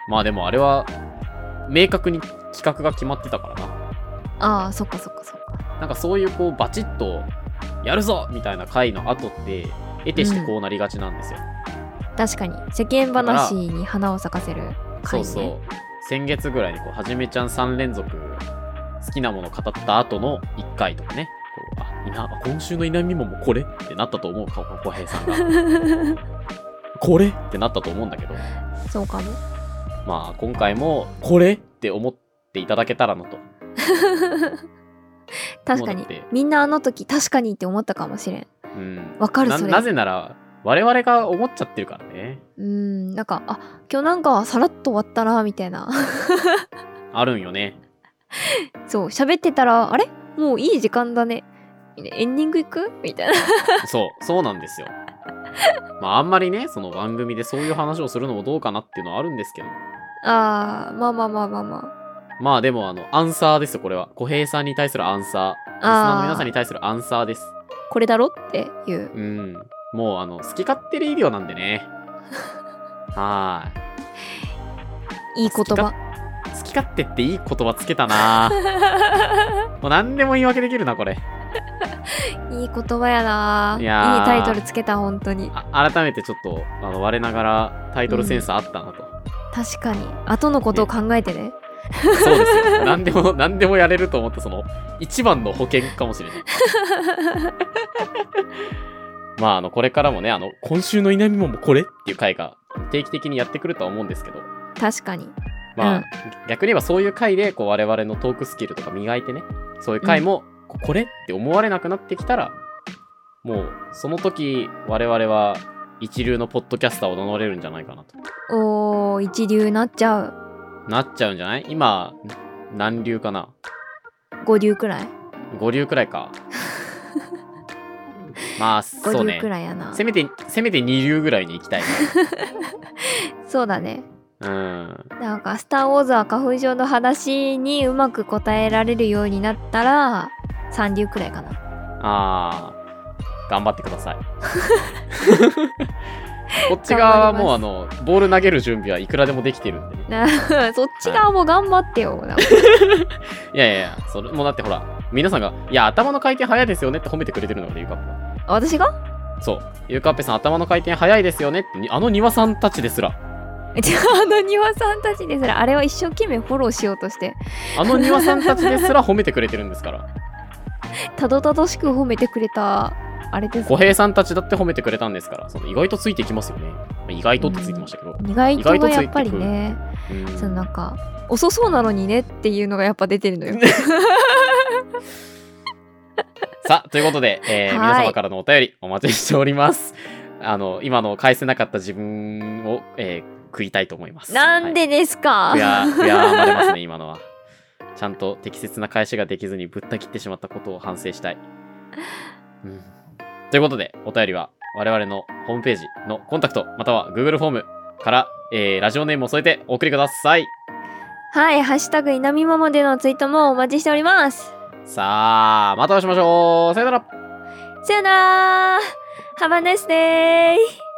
Speaker 1: まあでもあれは明確に企画が決まってたからな
Speaker 2: ああそっかそっかそっか
Speaker 1: なんかそういうこうバチッとやるぞみたいな回の後って得てしてこうなりがちなんですよ、
Speaker 2: 確かに世間話に花を咲かせる
Speaker 1: そ
Speaker 2: 回、
Speaker 1: う
Speaker 2: ね、
Speaker 1: そう先月ぐらいにこうはじめちゃん3連続好きなもの語った後の1回とかねこうあいなあ今週の稲見ももこれってなったと思うか小平さん が これってなったと思うんだけど
Speaker 2: そうかも
Speaker 1: まあ今回もこれって思っていただけたらなと
Speaker 2: 確かに
Speaker 1: もうだって
Speaker 2: みんなあの時確かにって思ったかもしれん
Speaker 1: うん
Speaker 2: わかる
Speaker 1: な
Speaker 2: それ
Speaker 1: なぜなら我々が思っちゃってるからね
Speaker 2: うんなんかあ今日なんかさらっと終わったなみたいな
Speaker 1: あるんよね
Speaker 2: そう喋ってたらあれもういい時間だねエンディングいくみたいな
Speaker 1: そうそうなんですよまああんまりねその番組でそういう話をするのもどうかなっていうのはあるんですけど
Speaker 2: あーまあまあまあまあま
Speaker 1: まあでもあのアンサーですよこれは小平さんに対するアンサーリスナーの皆さんに対するアンサーです
Speaker 2: あこれだろっていう
Speaker 1: うんもうあの好き勝手レイディオなんで ねはーい
Speaker 2: いい言葉
Speaker 1: 好き勝手っていい言葉つけたなもう何でも言い訳できるなこれ
Speaker 2: いい言葉やない
Speaker 1: やー
Speaker 2: いいタイトルつけた本当に
Speaker 1: あ改めてちょっとあの我ながらタイトルセンスあったなと、
Speaker 2: 確かに後のことを考えてね
Speaker 1: そうですよ何でも何でもやれると思ったその一番の保険かもしれないまああのこれからもねあの今週の稲見ももこれっていう回が定期的にやってくるとは思うんですけど
Speaker 2: 確かに
Speaker 1: まあ、
Speaker 2: うん
Speaker 1: 逆に言えばそういう回でこう我々のトークスキルとか磨いてねそういう回も、ここれって思われなくなってきたらもうその時我々は一流のポッドキャスターを名乗れるんじゃないかなと
Speaker 2: おー一流なっちゃう
Speaker 1: なっちゃうんじゃない今何流かな
Speaker 2: 五流くらい
Speaker 1: 5流くらい かまあ
Speaker 2: 五
Speaker 1: そう
Speaker 2: 流
Speaker 1: ね
Speaker 2: くらいやな
Speaker 1: せめてせめて2流ぐらいに行きたい
Speaker 2: そうだね
Speaker 1: なうん
Speaker 2: なんか「スター・ウォーズ」は花粉症の話にうまく答えられるようになったら三流くらいかな
Speaker 1: あー頑張ってくだ さいこっち側はもうあのボール投げる準備はいくらでもできてるんでね
Speaker 2: なそっち側も頑張ってよなんか
Speaker 1: いやいやいやそれもうだってほら皆さんが「いや頭の回転早いですよね」って褒めてくれてるのがねゆかっぺ
Speaker 2: 私が
Speaker 1: そうゆかっぺさん頭の回転早いですよねってにあの庭さんたちですら
Speaker 2: じゃああの庭さんたちですらあれは一生懸命フォローしようとして
Speaker 1: あの庭さんたちですら褒 めてくれてるんですから
Speaker 2: たどたどしく褒めてくれたあれです
Speaker 1: 小平さんたちだって褒めてくれたんですからその意外とついてきますよねまあ意外とってついてましたけど、
Speaker 2: 意外と
Speaker 1: 意外と
Speaker 2: は
Speaker 1: ついてくる
Speaker 2: やっぱりね
Speaker 1: うん
Speaker 2: そのなんか遅そうなのにねっていうのがやっぱ出てる のよ
Speaker 1: さあということで、えー
Speaker 2: はい
Speaker 1: 皆様からのお便りお待ちしておりますあの今の返せなかった自分を、えー食いたいと思います
Speaker 2: なんでです
Speaker 1: は
Speaker 2: か、
Speaker 1: い、いやいやまれますね今のはちゃんと適切な返しができずにぶった切ってしまったことを反省したい、うんということでお便りは我々のホームページのコンタクトまたは Google フォームから、えーラジオネームを添えてお送りください
Speaker 2: はい「ハッシュタグいなみまま」でのツイートもお待ちしております
Speaker 1: さあ、またお会いしましょう。さよなら。
Speaker 2: さよなら !Have a nice day!